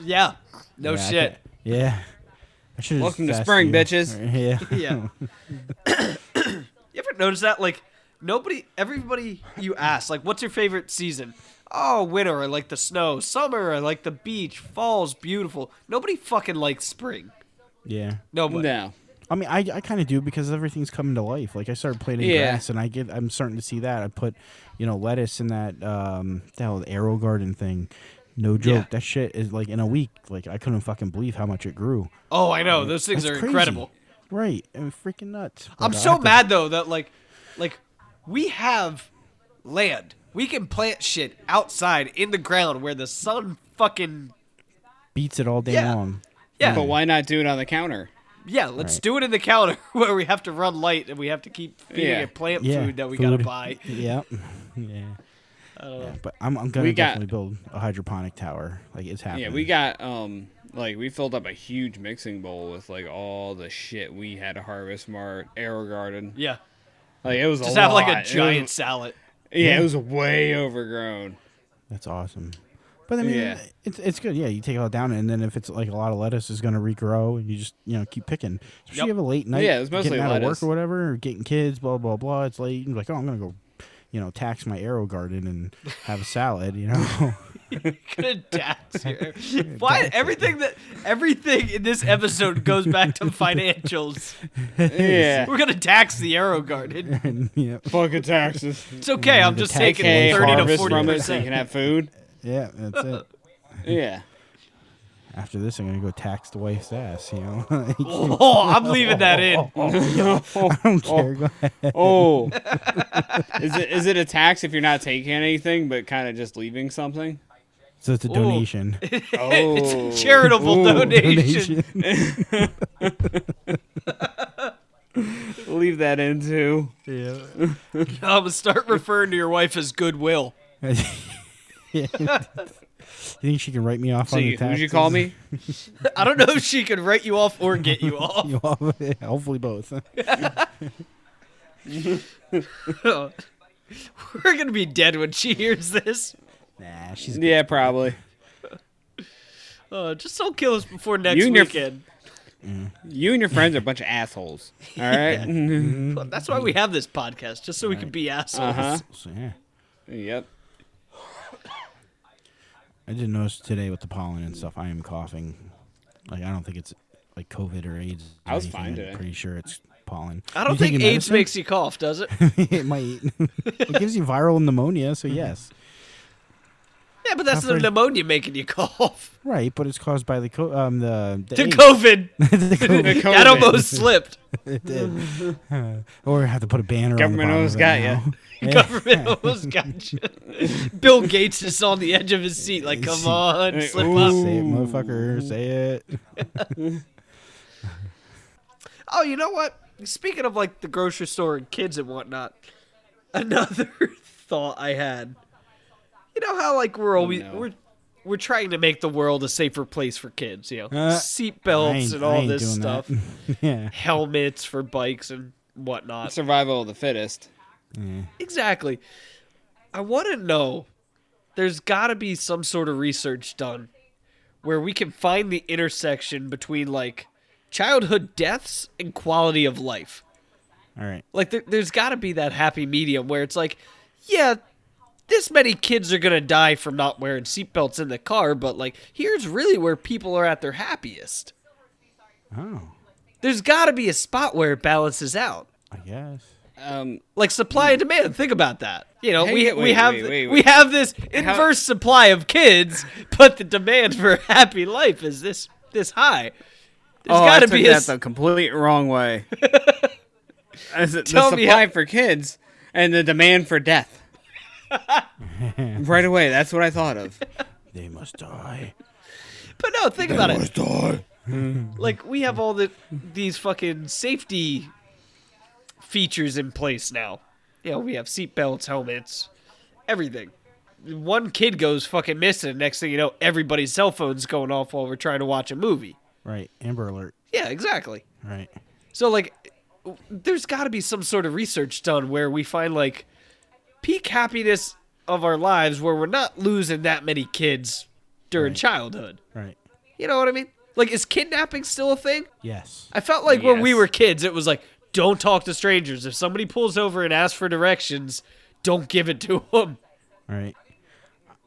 Speaker 1: Yeah, no
Speaker 2: Yeah, I
Speaker 1: shit.
Speaker 2: ca- yeah. I should
Speaker 3: Welcome to spring, bitches.
Speaker 2: Yeah.
Speaker 1: Yeah. you ever notice that? Like, nobody, everybody you ask, like, what's your favorite season? Oh, winter, I like the snow. Summer, I like the beach. Fall's beautiful. Nobody fucking likes spring.
Speaker 2: Yeah.
Speaker 1: Nobody.
Speaker 3: No.
Speaker 2: I mean, I, I kind of do because everything's coming to life. Like I started planting
Speaker 3: Yeah.
Speaker 2: grass, and I get I'm starting to see that. I put, you know, lettuce in that um that old arrow garden thing. No joke,
Speaker 1: Yeah.
Speaker 2: that shit is like in a week. Like I couldn't fucking believe how much it grew.
Speaker 1: Oh, I know. Those things
Speaker 2: That's
Speaker 1: are
Speaker 2: crazy.
Speaker 1: incredible.
Speaker 2: Right, and freaking nuts.
Speaker 1: I'm
Speaker 2: But I
Speaker 1: so
Speaker 2: have to-
Speaker 1: mad, though, that, like, like, we have land. We can plant shit outside in the ground where the sun fucking.
Speaker 2: beats it all day
Speaker 1: Yeah.
Speaker 2: long.
Speaker 1: Yeah.
Speaker 3: But why not do it on the counter?
Speaker 1: Yeah, let's
Speaker 2: Right.
Speaker 1: do it in the counter where we have to run light and we have to keep feeding
Speaker 3: Yeah.
Speaker 1: it plant
Speaker 2: Yeah,
Speaker 1: food that we gotta
Speaker 2: food.
Speaker 1: buy.
Speaker 2: Yep. yeah. Yeah, but I'm, I'm gonna
Speaker 3: We got-
Speaker 2: definitely build a hydroponic tower. Like it's happening.
Speaker 3: Yeah, we got um like we filled up a huge mixing bowl with like all the shit we had to harvest from our arrow garden.
Speaker 1: Yeah.
Speaker 3: Like it was
Speaker 1: Just
Speaker 3: a
Speaker 1: have
Speaker 3: lot.
Speaker 1: like a
Speaker 3: It was-
Speaker 1: giant salad.
Speaker 3: yeah, it was way overgrown.
Speaker 2: That's awesome. But I mean,
Speaker 3: Yeah.
Speaker 2: it's it's good. Yeah, you take it all down, and then if it's like a lot of lettuce, is gonna regrow, and you just you know keep picking. Especially
Speaker 1: Yep.
Speaker 2: if you have a late night.
Speaker 3: Yeah, it was mostly
Speaker 2: getting out of
Speaker 3: lettuce.
Speaker 2: work or whatever, or getting kids, blah blah blah. It's late. And you're like, oh, I'm gonna go you know, tax my arrow garden and have a salad, you know.
Speaker 1: Gonna tax here. Why everything that everything in this episode goes back to financials?
Speaker 3: Yeah.
Speaker 1: We're gonna tax the arrow garden.
Speaker 2: and, yep.
Speaker 3: Fucking taxes.
Speaker 1: It's okay. I'm
Speaker 2: The
Speaker 1: just
Speaker 2: tax
Speaker 1: taking
Speaker 3: Okay,
Speaker 1: thirty to
Speaker 3: harvest
Speaker 1: forty
Speaker 3: from it so you
Speaker 1: percent.
Speaker 3: can have food.
Speaker 2: Yeah, that's it.
Speaker 3: Yeah.
Speaker 2: After this, I'm gonna go tax the wife's ass. You know, Like,
Speaker 1: Oh, I'm leaving that in.
Speaker 2: I don't care. Go ahead.
Speaker 3: Oh. is it is it a tax if you're not taking anything but kind of just leaving something?
Speaker 2: So it's a donation.
Speaker 3: Oh.
Speaker 1: It's a charitable
Speaker 3: Ooh.
Speaker 1: donation.
Speaker 3: Leave that in too.
Speaker 2: Donation.
Speaker 1: I'm gonna start referring to your wife as goodwill.
Speaker 2: you think she can write me off
Speaker 3: So
Speaker 2: on
Speaker 3: you,
Speaker 2: the taxes?
Speaker 3: who'd you call me?
Speaker 1: I don't know if she could write you off or get you off.
Speaker 2: You all- Hopefully both.
Speaker 1: We're gonna be dead when she hears this.
Speaker 2: nah, she's
Speaker 3: Yeah, probably.
Speaker 1: Uh, just don't kill us before next
Speaker 3: You and your-
Speaker 1: weekend.
Speaker 3: You and your friends are a bunch of assholes. All right. Mm-hmm.
Speaker 1: That's why we have this podcast, just so we can be assholes.
Speaker 3: Uh-huh.
Speaker 2: So, yeah.
Speaker 3: yep.
Speaker 2: I did notice today with the pollen and stuff. I am coughing. Like I don't think it's like COVID or AIDS. or
Speaker 3: I was
Speaker 2: anything.
Speaker 3: fine
Speaker 2: I'm
Speaker 3: today.
Speaker 2: Pretty sure it's pollen.
Speaker 1: I don't
Speaker 2: You
Speaker 1: think
Speaker 2: taking
Speaker 1: AIDS
Speaker 2: medicine?
Speaker 1: makes you cough, does it?
Speaker 2: it might. it gives you viral pneumonia.
Speaker 3: Mm-hmm.
Speaker 2: So yes,
Speaker 1: Yeah, but that's
Speaker 2: Not
Speaker 1: the
Speaker 2: for-
Speaker 1: pneumonia making you cough.
Speaker 2: right. But it's caused by the co- um the the
Speaker 1: To
Speaker 2: AIDS.
Speaker 1: COVID.
Speaker 2: The COVID.
Speaker 3: The
Speaker 1: That
Speaker 3: COVID.
Speaker 1: almost slipped.
Speaker 2: It did. or have to put a banner.
Speaker 3: Government
Speaker 2: on
Speaker 3: almost
Speaker 2: the
Speaker 3: got
Speaker 2: bottom of it
Speaker 3: ya.
Speaker 2: now.
Speaker 1: Government almost got you. Bill Gates is on the edge of his seat, like, come on,
Speaker 3: Hey,
Speaker 1: slip
Speaker 3: ooh.
Speaker 1: up.
Speaker 2: Say it, motherfucker. Say it.
Speaker 1: Oh, you know what? Speaking of like the grocery store and kids and whatnot, another thought I had. You know how like
Speaker 2: Oh,
Speaker 1: we're always
Speaker 3: no.
Speaker 1: we're we're trying to make the world a safer place for kids, you know,
Speaker 2: Uh, I ain't-
Speaker 1: seatbelts and
Speaker 2: I
Speaker 1: all
Speaker 2: ain't
Speaker 1: this
Speaker 2: doing that.
Speaker 1: stuff,
Speaker 2: yeah.
Speaker 1: helmets for bikes and whatnot.
Speaker 3: Survival of the fittest.
Speaker 2: yeah.
Speaker 1: Exactly. I want to know. There's got to be some sort of research done where we can find the intersection between like childhood deaths and quality of life.
Speaker 2: All right.
Speaker 1: Like there, there's got to be that happy medium where it's like, yeah, this many kids are gonna die from not wearing seatbelts in the car, but like here's really where people are at their happiest.
Speaker 2: Oh,
Speaker 1: There's got to be a spot where it balances out,
Speaker 2: I guess.
Speaker 3: Um,
Speaker 1: like supply and demand. Think about that. You know,
Speaker 3: Hey,
Speaker 1: we
Speaker 3: wait,
Speaker 1: we have
Speaker 3: wait, wait,
Speaker 1: we
Speaker 3: wait.
Speaker 1: have this inverse supply of kids, but the demand for a happy life is this this high. There's
Speaker 3: oh,
Speaker 1: got
Speaker 3: I
Speaker 1: to
Speaker 3: took
Speaker 1: be a
Speaker 3: that
Speaker 1: s-
Speaker 3: the complete wrong way. I said, the
Speaker 1: Tell me
Speaker 3: supply for kids and the demand for death. right away, that's what I thought of.
Speaker 2: They must die.
Speaker 1: But no, think about it. Hmm. like we have all the these fucking safety features in place now. You know, we have seatbelts, helmets, everything. One kid goes fucking missing, next thing you know, everybody's cell phone's going off while we're trying to watch a movie.
Speaker 2: Right. Amber alert.
Speaker 1: Yeah, exactly.
Speaker 2: Right.
Speaker 1: So like there's got to be some sort of research done where we find like peak happiness of our lives where we're not losing that many kids during
Speaker 2: Right.
Speaker 1: childhood.
Speaker 2: Right.
Speaker 1: You know what I mean? Like, is kidnapping still a thing?
Speaker 2: Yes.
Speaker 1: I felt like when we
Speaker 3: Yes.
Speaker 1: were kids, it was like, don't talk to strangers. If somebody pulls over and asks for directions, don't give it to them.
Speaker 2: Right.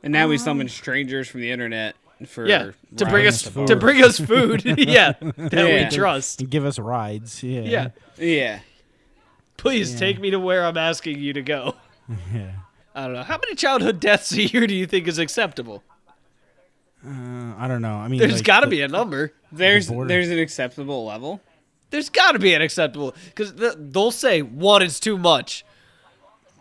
Speaker 3: And now we summon strangers from the internet for
Speaker 1: Um, Yeah, to bring
Speaker 3: rides.
Speaker 1: us
Speaker 2: food.
Speaker 1: to bring us food. yeah, that
Speaker 3: Yeah.
Speaker 1: we trust.
Speaker 2: And give us rides. Yeah.
Speaker 1: Yeah,
Speaker 3: Yeah,
Speaker 1: please take me to where I'm asking you to go.
Speaker 2: Yeah.
Speaker 1: I don't know how many childhood deaths a year do you think is acceptable?
Speaker 2: Uh, I don't know. I mean,
Speaker 1: There's
Speaker 2: like,
Speaker 1: got to
Speaker 2: the-
Speaker 1: be a number.
Speaker 3: there's
Speaker 2: border.
Speaker 3: there's an acceptable level.
Speaker 1: There's got to be an acceptable because th- they'll say one is too much.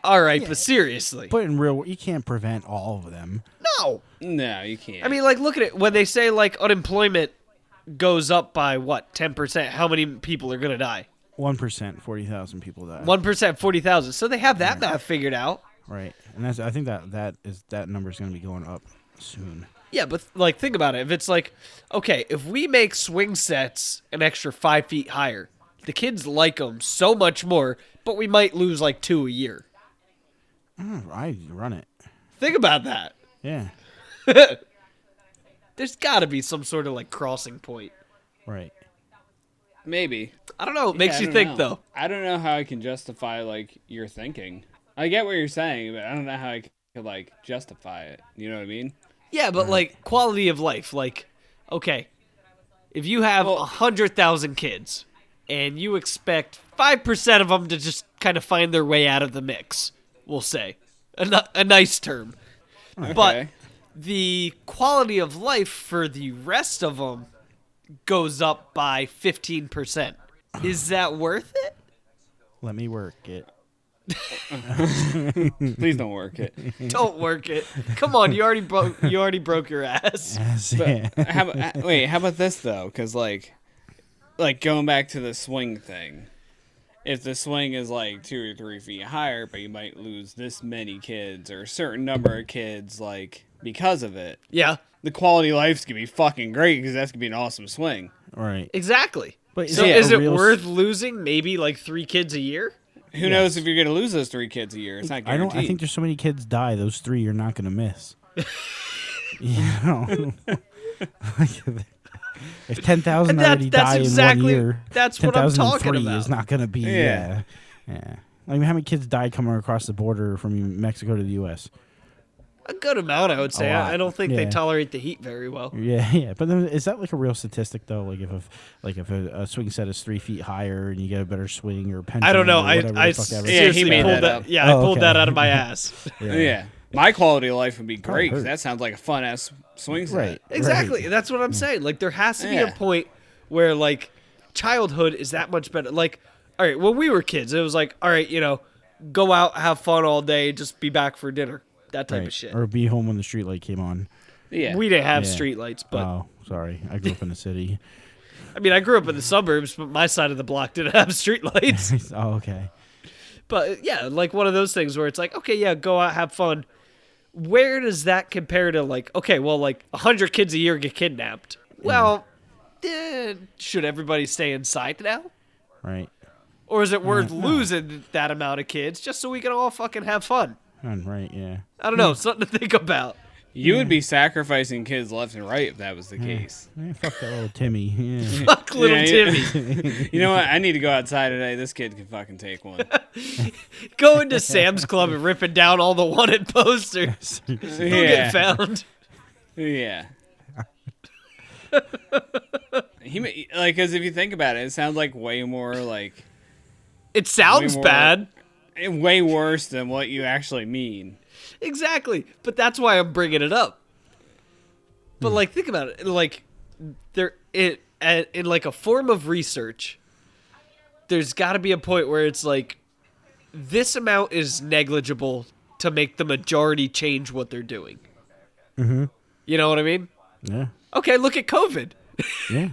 Speaker 1: All right, but seriously,
Speaker 2: But in real, you can't prevent all of them.
Speaker 1: no.
Speaker 3: No, you can't.
Speaker 1: I mean, like, look at it. When they say like unemployment goes up by what ten percent, how many people are gonna die?
Speaker 2: One percent, forty thousand people die.
Speaker 1: One percent, forty thousand. So they have that math figured out.
Speaker 2: Right, and that's. I think that that is that number is going to be going up soon.
Speaker 1: Yeah, but like, think about it. If it's like, okay, if we make swing sets an extra five feet higher, the kids like them so much more, but we might lose like two a year.
Speaker 2: Mm, I run it.
Speaker 1: Think about that.
Speaker 2: Yeah.
Speaker 1: There's got to be some sort of like crossing point.
Speaker 2: Right.
Speaker 3: maybe
Speaker 1: I don't know. It makes
Speaker 3: Yeah, I
Speaker 1: you
Speaker 3: don't
Speaker 1: think
Speaker 3: know.
Speaker 1: though.
Speaker 3: I don't know how I can justify like your thinking. I get what you're saying, but I don't know how I could like justify it. You know what I mean?
Speaker 1: Yeah, but like quality of life, like okay, if you have a
Speaker 3: Well-
Speaker 1: hundred thousand kids and you expect five percent of them to just kind of find their way out of the mix, we'll say a, ni- a nice term, but
Speaker 3: Okay.
Speaker 1: the quality of life for the rest of them goes up by fifteen percent. Is that worth it?
Speaker 2: Let me work it.
Speaker 3: Please don't work it.
Speaker 1: Don't work it. Come on, you already broke. You already broke your ass.
Speaker 2: That's
Speaker 3: But
Speaker 2: it.
Speaker 3: how, uh, wait, how about this though? Because like, like going back to the swing thing, if the swing is like two or three feet higher, but you might lose this many kids or a certain number of kids, like because of it,
Speaker 1: Yeah,
Speaker 3: the quality of life's gonna be fucking great because that's gonna be an awesome swing.
Speaker 2: right.
Speaker 1: exactly.
Speaker 2: But
Speaker 1: so
Speaker 2: yeah,
Speaker 1: is
Speaker 2: a
Speaker 1: it
Speaker 2: real s-
Speaker 1: worth losing maybe like three kids a year?
Speaker 3: Who knows if you're gonna lose those three kids a year? It's not
Speaker 2: I
Speaker 3: guaranteed.
Speaker 2: don't. I think there's so many kids die. Those three you're not gonna miss. you know, if ten thousand
Speaker 1: that-
Speaker 2: already
Speaker 1: that's
Speaker 2: die in
Speaker 1: exactly-
Speaker 2: one year,
Speaker 1: that's what I'm talking
Speaker 2: 10,003
Speaker 1: about.
Speaker 2: Is not gonna be. Yeah.
Speaker 3: Yeah.
Speaker 2: yeah, Like how many kids die coming across the border from Mexico to the U.S.
Speaker 1: A good amount, I would say.
Speaker 2: lot,
Speaker 1: I I don't think they
Speaker 2: Oh, yeah. Mm.
Speaker 1: tolerate the heat very well.
Speaker 2: Yeah, yeah. But then, is that like a real statistic though? Like if a like if a, a swing set is three feet higher and you get a better swing or pendulum.
Speaker 1: I don't know.
Speaker 2: or
Speaker 1: I,
Speaker 2: whatever
Speaker 1: I
Speaker 2: the fuck that was.
Speaker 1: seriously
Speaker 3: Yeah, he made
Speaker 1: pulled
Speaker 3: that
Speaker 1: that.
Speaker 3: up.
Speaker 1: yeah, I
Speaker 2: Oh,
Speaker 1: pulled
Speaker 2: okay.
Speaker 1: that out of my ass.
Speaker 3: Yeah, my quality of life would be
Speaker 2: Probably
Speaker 3: great because
Speaker 2: hurt.
Speaker 3: that sounds like a fun ass swing set.
Speaker 2: Right.
Speaker 1: exactly. That's what
Speaker 2: Mm.
Speaker 1: I'm saying. Like there has to be
Speaker 3: Yeah.
Speaker 1: a point where like childhood is that much better. Like all right, when we were kids, it was like all right, you know, go out, have fun all day, just be back for dinner, that type of
Speaker 2: Right.
Speaker 1: shit.
Speaker 2: Or be home when the street light came on.
Speaker 3: Yeah.
Speaker 1: We didn't have
Speaker 2: Yeah.
Speaker 1: streetlights, but
Speaker 2: oh, sorry. I grew up in the city.
Speaker 1: I mean, I grew up in the suburbs, but my side of the block didn't have streetlights.
Speaker 2: oh, okay.
Speaker 1: But yeah, like one of those things where it's like, okay, yeah, go out, have fun. Where does that compare to like, okay, well, like hundred kids a year get kidnapped? Well, eh, should everybody stay inside now,
Speaker 2: Right.
Speaker 1: or is it worth
Speaker 3: Mm-hmm.
Speaker 1: losing that amount of kids just so we can all fucking have fun?
Speaker 2: Mm, Right. Yeah.
Speaker 1: I don't
Speaker 3: Mm.
Speaker 1: know, something to think about.
Speaker 3: You would be sacrificing kids left and right if that was the case.
Speaker 2: Eh, fuck that little Timmy. Yeah.
Speaker 1: Fuck little
Speaker 3: Yeah, yeah.
Speaker 1: Timmy.
Speaker 3: You know what? I need to go outside today. This kid can fucking take one.
Speaker 1: Going to Sam's Club and ripping down all the wanted posters.
Speaker 2: Seriously.
Speaker 1: He'll
Speaker 3: yeah.
Speaker 1: get found.
Speaker 3: Yeah. he ma- like because if you think about it, it sounds like way more like
Speaker 1: It sounds
Speaker 3: more-
Speaker 1: bad.
Speaker 3: eh, way worse than what you actually mean.
Speaker 1: Exactly. But that's why I'm bringing it up. But
Speaker 3: Hmm.
Speaker 1: like think about it. Like there it at, in like a form of research there's got to be a point where it's like this amount is negligible to make the majority change what they're doing. Mhm.
Speaker 3: Mm-hmm.
Speaker 1: You know what I mean?
Speaker 2: yeah.
Speaker 1: Okay, look at COVID.
Speaker 2: Yeah.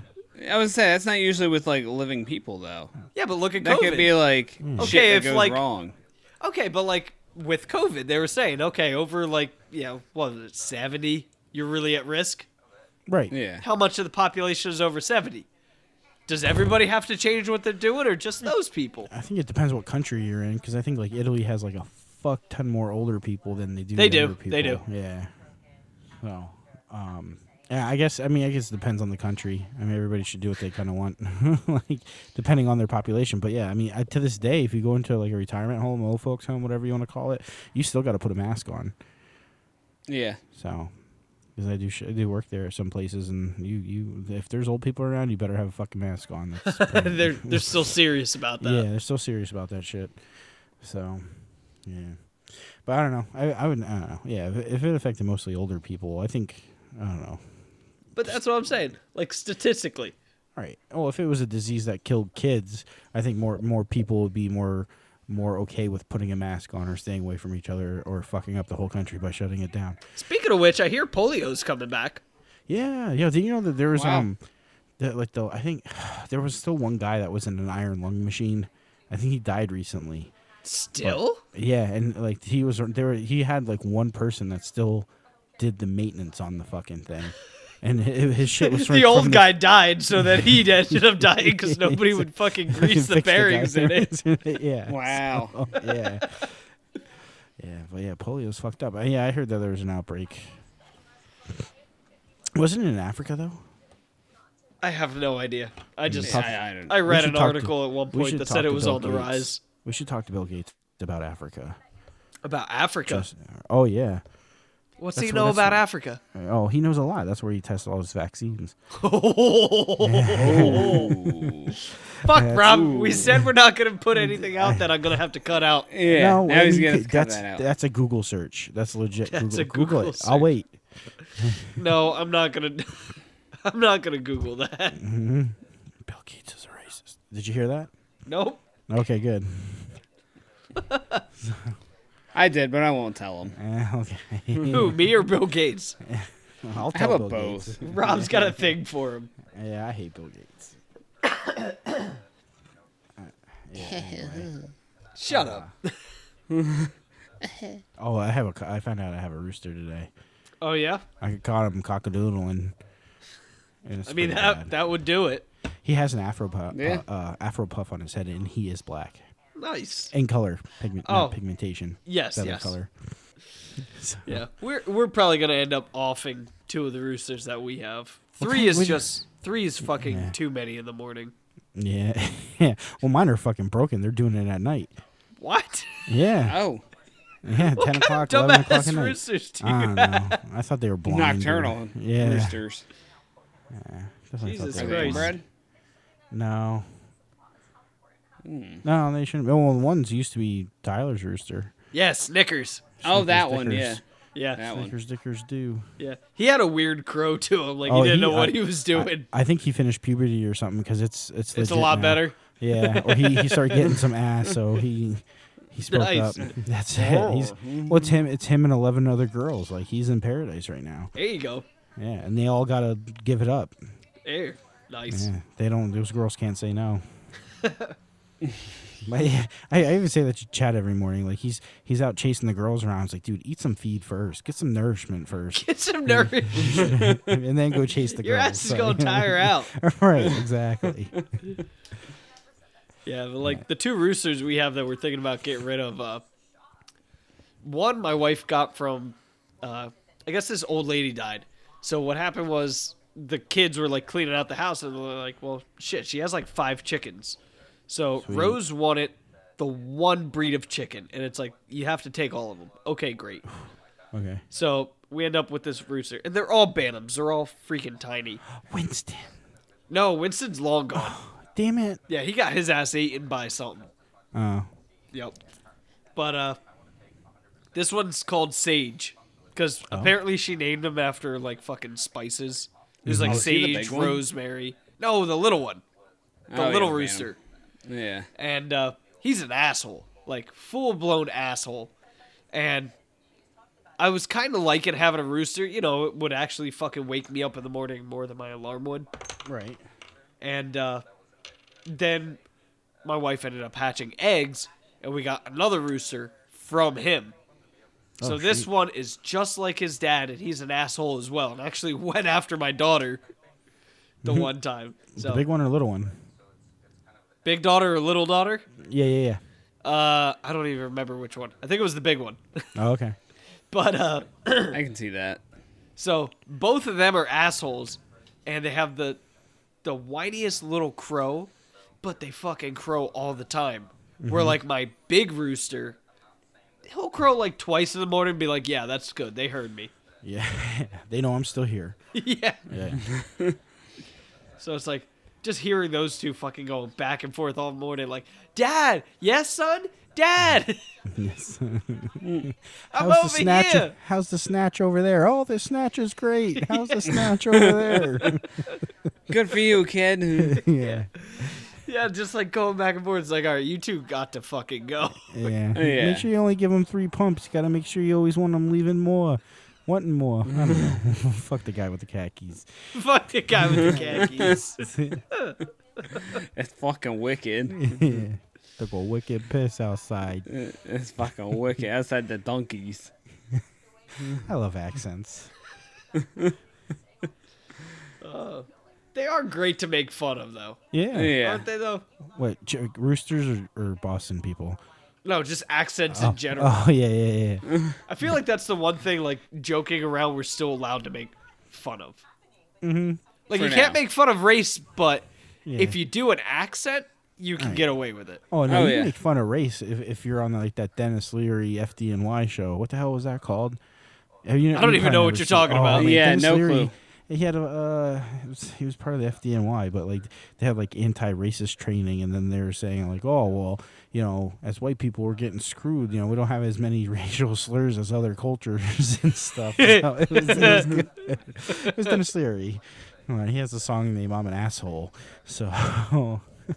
Speaker 3: I would say that's not usually with like living people though.
Speaker 1: Yeah, but look at
Speaker 3: That
Speaker 1: COVID.
Speaker 3: could be like shit
Speaker 1: Okay,
Speaker 3: that
Speaker 1: if,
Speaker 3: goes
Speaker 1: like-
Speaker 3: wrong.
Speaker 1: okay, but like with COVID, they were saying, okay, over like, you know, what was it, 70, you're really at risk.
Speaker 2: Right.
Speaker 3: Yeah.
Speaker 1: how much of the population is over 70? Does everybody have to change what they're doing or just those people?
Speaker 2: I think it depends what country you're in because I think like Italy has like a fuck ton more older people than they do.
Speaker 1: They do.
Speaker 2: younger People.
Speaker 1: They do.
Speaker 2: Yeah. So, um, yeah, I guess I mean I guess it depends on the country. I mean everybody should do what they kind of want, like depending on their population. But yeah, I mean I, to this day, if you go into like a retirement home, old folks home, whatever you want to call it, you still got to put a mask on.
Speaker 3: Yeah.
Speaker 2: So, because I do sh- I do work there at some places, and you you if there's old people around, you better have a fucking mask on. That's pretty-
Speaker 1: They're they're still serious about
Speaker 2: yeah,
Speaker 1: that.
Speaker 2: they're so serious about that shit. So, yeah, but I don't know. I I would I don't know. Yeah, if, if it affected mostly older people, I think I don't know.
Speaker 1: But that's what I'm saying. Like statistically.
Speaker 2: All right. Well, if it was a disease that killed kids, I think more more people would be more more okay with putting a mask on or staying away from each other or fucking up the whole country by shutting it down.
Speaker 1: Speaking of which, I hear polio's coming back.
Speaker 2: Yeah, yeah. Did you know that there was
Speaker 3: Wow.
Speaker 2: um, that like the I think there was still one guy that was in an iron lung machine. I think he died recently.
Speaker 1: Still?
Speaker 2: Yeah, and like he was there. were- He had like one person that still did the maintenance on the fucking thing, and hi- his shit was
Speaker 1: The
Speaker 2: from-
Speaker 1: old
Speaker 2: from
Speaker 1: guy died so that he ended up dying because nobody would fucking grease the
Speaker 2: fixed guy
Speaker 1: bearings in it.
Speaker 2: yeah.
Speaker 3: Wow.
Speaker 2: Oh, yeah. yeah, but yeah, polio's fucked up. Uh, Yeah, I heard that there was an outbreak. Wasn't it in Africa though?
Speaker 1: I have no idea. I just
Speaker 2: Talk-
Speaker 3: I, I don't.
Speaker 1: I
Speaker 2: We
Speaker 1: read
Speaker 2: should
Speaker 1: an
Speaker 2: talk to-
Speaker 1: article at one
Speaker 2: we
Speaker 1: point
Speaker 2: should
Speaker 1: that
Speaker 2: talk
Speaker 1: said it
Speaker 2: to
Speaker 1: was
Speaker 2: Bill
Speaker 1: on the
Speaker 2: Gates.
Speaker 1: rise.
Speaker 2: We should talk to Bill Gates about Africa.
Speaker 1: About Africa.
Speaker 2: Just- oh yeah.
Speaker 1: What's
Speaker 2: that's
Speaker 1: he
Speaker 2: what-
Speaker 1: know
Speaker 2: that's
Speaker 1: about
Speaker 2: what-
Speaker 1: Africa?
Speaker 2: Oh, he knows a lot. That's where he tests all his vaccines.
Speaker 3: Oh.
Speaker 1: Fuck, Rob. We said we're not gonna put anything out that I'm gonna have to cut out.
Speaker 3: yeah.
Speaker 2: no,
Speaker 3: now
Speaker 2: I
Speaker 3: he's
Speaker 2: mean,
Speaker 3: gonna
Speaker 2: c-
Speaker 3: have to cut
Speaker 2: that's
Speaker 3: that out.
Speaker 2: that's a Google search. That's legit.
Speaker 1: That's
Speaker 2: Google,
Speaker 1: a
Speaker 2: Google
Speaker 1: Google
Speaker 2: it. I'll
Speaker 1: search.
Speaker 2: wait.
Speaker 1: No, I'm not gonna. I'm not gonna Google that.
Speaker 2: Bill Gates is a racist. Did you hear that?
Speaker 1: Nope.
Speaker 2: Okay, good.
Speaker 3: I did, but I won't tell him.
Speaker 2: Eh, okay.
Speaker 1: Who? Me or Bill Gates?
Speaker 2: I'll
Speaker 3: How
Speaker 2: tell
Speaker 3: about
Speaker 2: Bill
Speaker 3: both?
Speaker 2: Gates.
Speaker 1: Rob's got a thing for him.
Speaker 2: Yeah, I hate Bill Gates. Uh, yeah, anyway.
Speaker 1: Shut up.
Speaker 2: Oh, I have a. co- I found out I have a rooster today.
Speaker 1: Oh yeah.
Speaker 2: I caught him cockadoodling. and it's
Speaker 1: I mean
Speaker 2: pretty
Speaker 1: that
Speaker 2: bad.
Speaker 1: that would do it.
Speaker 2: he has an afro puff,
Speaker 3: Yeah.
Speaker 2: uh, uh, afro puff on his head, and he is black
Speaker 1: Nice.
Speaker 2: in color, pigment,
Speaker 1: Oh.
Speaker 2: not pigmentation.
Speaker 1: Yes,
Speaker 2: feather
Speaker 1: yes.
Speaker 2: color.
Speaker 1: Yeah, we're we're probably gonna end up offing two of the roosters that we have. Three
Speaker 2: kind-
Speaker 1: is
Speaker 2: what-
Speaker 1: just three is fucking
Speaker 2: Yeah.
Speaker 1: too many in the morning.
Speaker 2: Yeah, yeah. Well, mine are fucking broken. They're doing it at night.
Speaker 1: What?
Speaker 2: Yeah,
Speaker 3: Oh,
Speaker 2: yeah. Ten o'clock, eleven o'clock at
Speaker 1: Dumbass
Speaker 2: night. Uh-huh.
Speaker 1: roosters, dude.
Speaker 2: I don't know. I thought they were blind. or-
Speaker 3: nocturnal
Speaker 2: Yeah.
Speaker 3: roosters.
Speaker 2: that's what I thought
Speaker 1: Jesus
Speaker 2: they
Speaker 3: Are
Speaker 2: were
Speaker 1: Christ.
Speaker 3: they
Speaker 2: blind.
Speaker 3: bred?
Speaker 2: No.
Speaker 1: Hmm.
Speaker 2: No, they shouldn't. be. Well, one's used to be Tyler's rooster.
Speaker 1: Yes, Snickers.
Speaker 3: Oh,
Speaker 2: Snickers,
Speaker 3: that one. Yeah,
Speaker 2: Snickers.
Speaker 1: Yeah,
Speaker 3: that one.
Speaker 2: Snickers, Dickers do.
Speaker 1: yeah. He had a weird crow to him. Like he
Speaker 2: Oh,
Speaker 1: didn't
Speaker 2: he-
Speaker 1: know what
Speaker 2: I-
Speaker 1: he was doing.
Speaker 2: I think he finished puberty or something because it's it's
Speaker 1: it's a
Speaker 2: legit
Speaker 1: lot
Speaker 2: now.
Speaker 1: better.
Speaker 2: Yeah, or he, he started getting some ass, so he he spoke
Speaker 1: Nice. Oh,
Speaker 2: up. That's it. He's well, it's him. It's him and eleven other girls. Like he's in paradise right now.
Speaker 1: There you go.
Speaker 2: Yeah, and they all gotta give it up.
Speaker 1: There. Nice.
Speaker 2: Yeah, they don't. Those girls can't say no. but yeah, I, I even say that to Chad every morning. Like he's he's out chasing the girls around. It's like, dude, eat some feed first. Get some nourishment first,
Speaker 1: Get some nerve.
Speaker 2: and then go chase the
Speaker 1: Your
Speaker 2: girls.
Speaker 1: ass is
Speaker 2: So-
Speaker 1: gonna tire out.
Speaker 2: right, exactly.
Speaker 1: Yeah, but like the two roosters we have that we're thinking about getting rid of. Uh, one my wife got from, uh, I guess this old lady died. So what happened was the kids were like cleaning out the house and they're like, well, shit, she has like five chickens. So Rose wanted the one breed of chicken, and it's like you have to take all of them. Okay, great.
Speaker 2: Okay,
Speaker 1: So we end up with this rooster, and they're all bantams. They're all freaking tiny.
Speaker 2: Winston.
Speaker 1: No, Winston's long gone.
Speaker 2: Damn it.
Speaker 1: Yeah, he got his ass eaten by something.
Speaker 2: Oh,
Speaker 1: Yep. But uh this one's called Sage cuz
Speaker 3: Oh.
Speaker 1: apparently she named him after like fucking spices. It was like
Speaker 3: is he the
Speaker 1: sage,
Speaker 3: big one?
Speaker 1: rosemary. No, the little one. The
Speaker 3: Oh,
Speaker 1: little
Speaker 3: yeah,
Speaker 1: rooster.
Speaker 3: Yeah.
Speaker 1: And uh he's an asshole. Like full-blown asshole. And I was kind of liking having a rooster, you know, it would actually fucking wake me up in the morning more than my alarm would
Speaker 2: right.
Speaker 1: and uh, then my wife ended up hatching eggs, and we got another rooster from him. So
Speaker 2: Oh,
Speaker 1: this
Speaker 2: shoot.
Speaker 1: one is just like his dad, and he's an asshole as well, and actually went after my daughter the one time. So
Speaker 2: The big one or little one?
Speaker 1: big daughter or little daughter?
Speaker 2: Yeah, yeah, yeah.
Speaker 1: Uh, I don't even remember which one. I think it was the big one.
Speaker 2: Oh, okay.
Speaker 1: but uh,
Speaker 3: I can see that.
Speaker 1: So both of them are assholes, and they have the the whiniest little crow, but they fucking crow all the time.
Speaker 2: Mm-hmm.
Speaker 1: Where like my big rooster, he'll crow like twice in the morning and be like, "Yeah, that's good. They heard me."
Speaker 2: Yeah, they know I'm still here.
Speaker 1: yeah.
Speaker 2: Yeah.
Speaker 1: So it's like just hearing those two fucking going back and forth all morning, like, "Dad, yes, son, Dad."
Speaker 2: Yes.
Speaker 1: I'm
Speaker 2: How's the
Speaker 1: over
Speaker 2: snatch?
Speaker 1: here.
Speaker 2: How's the snatch over there? Oh, the snatch is great. How's the snatch over there?
Speaker 3: Good for you, kid.
Speaker 2: yeah.
Speaker 1: Yeah, just like going back and forth. It's like, all right, you two got to fucking go.
Speaker 2: yeah,
Speaker 3: Yeah.
Speaker 2: Make sure you only give them three pumps. You gotta make sure you always want them leaving more, wanting more. I don't know. Fuck the guy with the khakis.
Speaker 1: Fuck the guy with the khakis.
Speaker 3: It's fucking wicked.
Speaker 2: Yeah. Took a wicked piss outside.
Speaker 3: It's fucking wicked. Outside the donkeys.
Speaker 2: I love accents.
Speaker 1: They are great to make fun of, though.
Speaker 2: Yeah.
Speaker 3: Yeah.
Speaker 1: Aren't they, though?
Speaker 2: What? Ch- roosters or, or Boston people?
Speaker 1: No, just accents in general.
Speaker 2: Oh yeah, yeah, yeah.
Speaker 1: I feel like that's the one thing, like, joking around, we're still allowed to make fun of. Mm-hmm. Like,
Speaker 3: For
Speaker 1: you can't
Speaker 3: now.
Speaker 1: make fun of race, but
Speaker 2: Yeah.
Speaker 1: if you do an accent, you can get away with it.
Speaker 2: Oh no,
Speaker 3: Oh,
Speaker 2: you
Speaker 3: yeah.
Speaker 2: make fun of race if, if you're on like that Dennis Leary FDNY show. What the hell was that called? Have you-
Speaker 1: I don't
Speaker 2: you
Speaker 1: even
Speaker 2: probably
Speaker 1: know what
Speaker 2: never
Speaker 1: you're
Speaker 2: seen-
Speaker 1: talking
Speaker 2: oh,
Speaker 1: about.
Speaker 2: man,
Speaker 3: Yeah,
Speaker 2: Dennis
Speaker 3: no
Speaker 2: Leary,
Speaker 3: clue.
Speaker 2: He had a uh, it was- he was part of the FDNY, but like they had like anti-racist training, and then they were saying like, oh well, you know, as white people we're getting screwed. You know, we don't have as many racial slurs as other cultures and stuff. So it, was, it, was good. It was Dennis Leary. Uh, He has a song named "I'm an Asshole," so.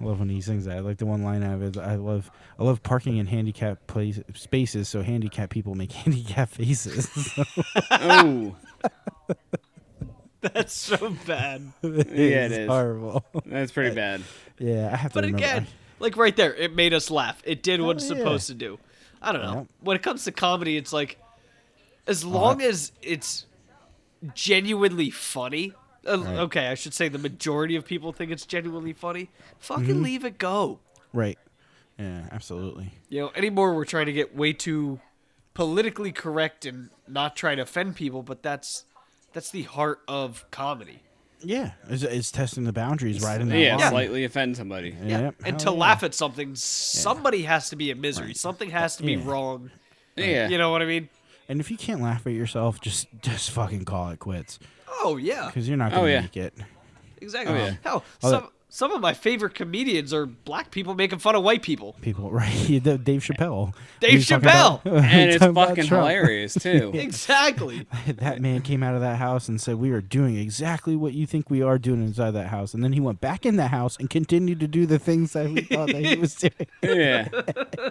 Speaker 2: I love when he sings that. I like the one line out of it. I love I love parking in handicapped place, spaces so handicapped people make handicapped faces.
Speaker 3: Oh,
Speaker 1: That's so bad.
Speaker 3: Yeah, it
Speaker 2: It's
Speaker 3: is.
Speaker 2: horrible.
Speaker 3: that's pretty bad.
Speaker 2: Yeah, I have to
Speaker 1: But
Speaker 2: remember.
Speaker 1: again, like right there, it made us laugh. It did what it's
Speaker 2: yeah.
Speaker 1: supposed to do. I don't know.
Speaker 2: Yep.
Speaker 1: When it comes to comedy, it's like as long as it's genuinely funny. uh,
Speaker 2: Right.
Speaker 1: Okay, I should say the majority of people think it's genuinely funny. Fucking
Speaker 2: Mm-hmm.
Speaker 1: leave it go.
Speaker 2: right. Yeah, absolutely.
Speaker 1: You know, anymore we're trying to get way too politically correct and not try to offend people, but that's that's the heart of comedy.
Speaker 2: Yeah, it's, it's testing the boundaries right in that
Speaker 3: Yeah,
Speaker 2: line.
Speaker 3: slightly offend somebody.
Speaker 1: Yeah.
Speaker 2: Yep,
Speaker 1: And to
Speaker 2: hell yeah.
Speaker 1: laugh at something, somebody has to be in misery. Something has to be
Speaker 2: Yeah.
Speaker 1: wrong.
Speaker 3: Yeah.
Speaker 1: You know what I mean?
Speaker 2: And if you can't laugh at yourself, just just fucking call it quits
Speaker 1: Oh yeah,
Speaker 2: because you're not
Speaker 3: Oh,
Speaker 2: gonna
Speaker 3: yeah.
Speaker 2: make it.
Speaker 1: exactly.
Speaker 3: Oh, yeah.
Speaker 1: Hell,
Speaker 2: Oh,
Speaker 1: some some of my favorite comedians are black people making fun of white people.
Speaker 2: People, right? Dave Chappelle.
Speaker 1: Dave
Speaker 2: He's talking about-
Speaker 3: And it's
Speaker 2: talking about
Speaker 3: fucking
Speaker 2: Trump.
Speaker 3: hilarious too.
Speaker 1: Exactly.
Speaker 2: that man came out of that house and said, "We are doing exactly what you think we are doing inside that house." And then he went back in that house and continued to do the things that we thought that he was doing.
Speaker 3: yeah. Oh,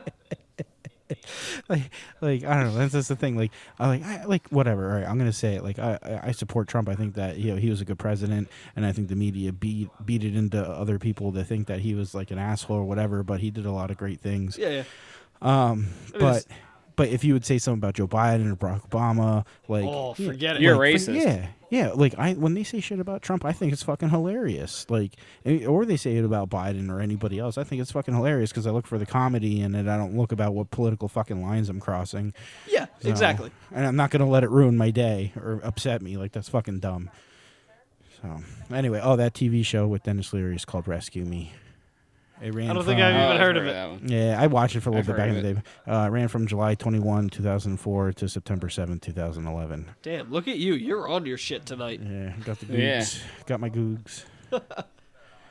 Speaker 2: like, like I don't know. That's just the thing. Like, I like, I like whatever. All right, I'm gonna say it. Like, I, I- I support Trump. I think that you know he was a good president, and I think the media beat beat it into other people that think that he was like an asshole or whatever. But he did a lot of great things.
Speaker 1: Yeah. yeah.
Speaker 2: but. But if you would say something about Joe Biden or Barack Obama, like
Speaker 1: Oh,
Speaker 2: yeah,
Speaker 1: forget it.
Speaker 3: You're
Speaker 2: like,
Speaker 3: racist.
Speaker 2: but Yeah, yeah. Like I, when they say shit about Trump, I think it's fucking hilarious. Like, eh, or they say it about Biden or anybody else, I think it's fucking hilarious because I look for the comedy in it. I don't look about what political fucking lines I'm crossing.
Speaker 1: Yeah.
Speaker 2: So-
Speaker 1: Exactly.
Speaker 2: And I'm not gonna let it ruin my day or upset me. Like that's fucking dumb. So anyway, oh, that TV show with Dennis Leary is called Rescue Me. It ran
Speaker 1: I don't think
Speaker 2: from-
Speaker 1: I've even
Speaker 3: Oh, I've
Speaker 1: heard of it.
Speaker 3: that one.
Speaker 2: yeah, I watched it for a little
Speaker 3: I've
Speaker 2: bit back
Speaker 3: heard
Speaker 2: in
Speaker 3: of
Speaker 2: the day. Uh, it ran from July 21, 2004 to September 7, 2011.
Speaker 1: Damn. Look at you. You're on your shit tonight.
Speaker 2: Yeah, got the googs.
Speaker 3: Yeah.
Speaker 2: Got my googs.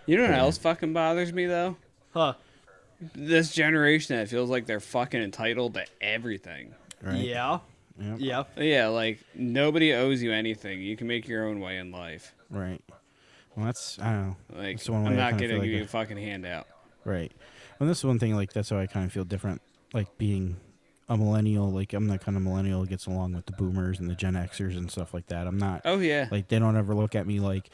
Speaker 3: You know what else fucking bothers me though?
Speaker 1: Huh.
Speaker 3: This generation that feels like they're fucking entitled to everything.
Speaker 2: Right?
Speaker 1: Yeah.
Speaker 2: Yep.
Speaker 1: Yeah.
Speaker 3: Yeah, like nobody owes you anything. You can make your own way in life.
Speaker 2: Right. Well, that's, I don't know.
Speaker 3: Like
Speaker 2: That's the one way
Speaker 3: I'm
Speaker 2: I
Speaker 3: not
Speaker 2: kinda
Speaker 3: gonna
Speaker 2: feel
Speaker 3: give
Speaker 2: like
Speaker 3: you
Speaker 2: it.
Speaker 3: a fucking handout.
Speaker 2: Right. And that's one thing, like, that's how I kind of feel different, like, being a millennial. Like, I'm that kind of millennial that gets along with the boomers and the Gen Xers and stuff like that. I'm not.
Speaker 3: Oh yeah.
Speaker 2: Like they don't ever look at me like,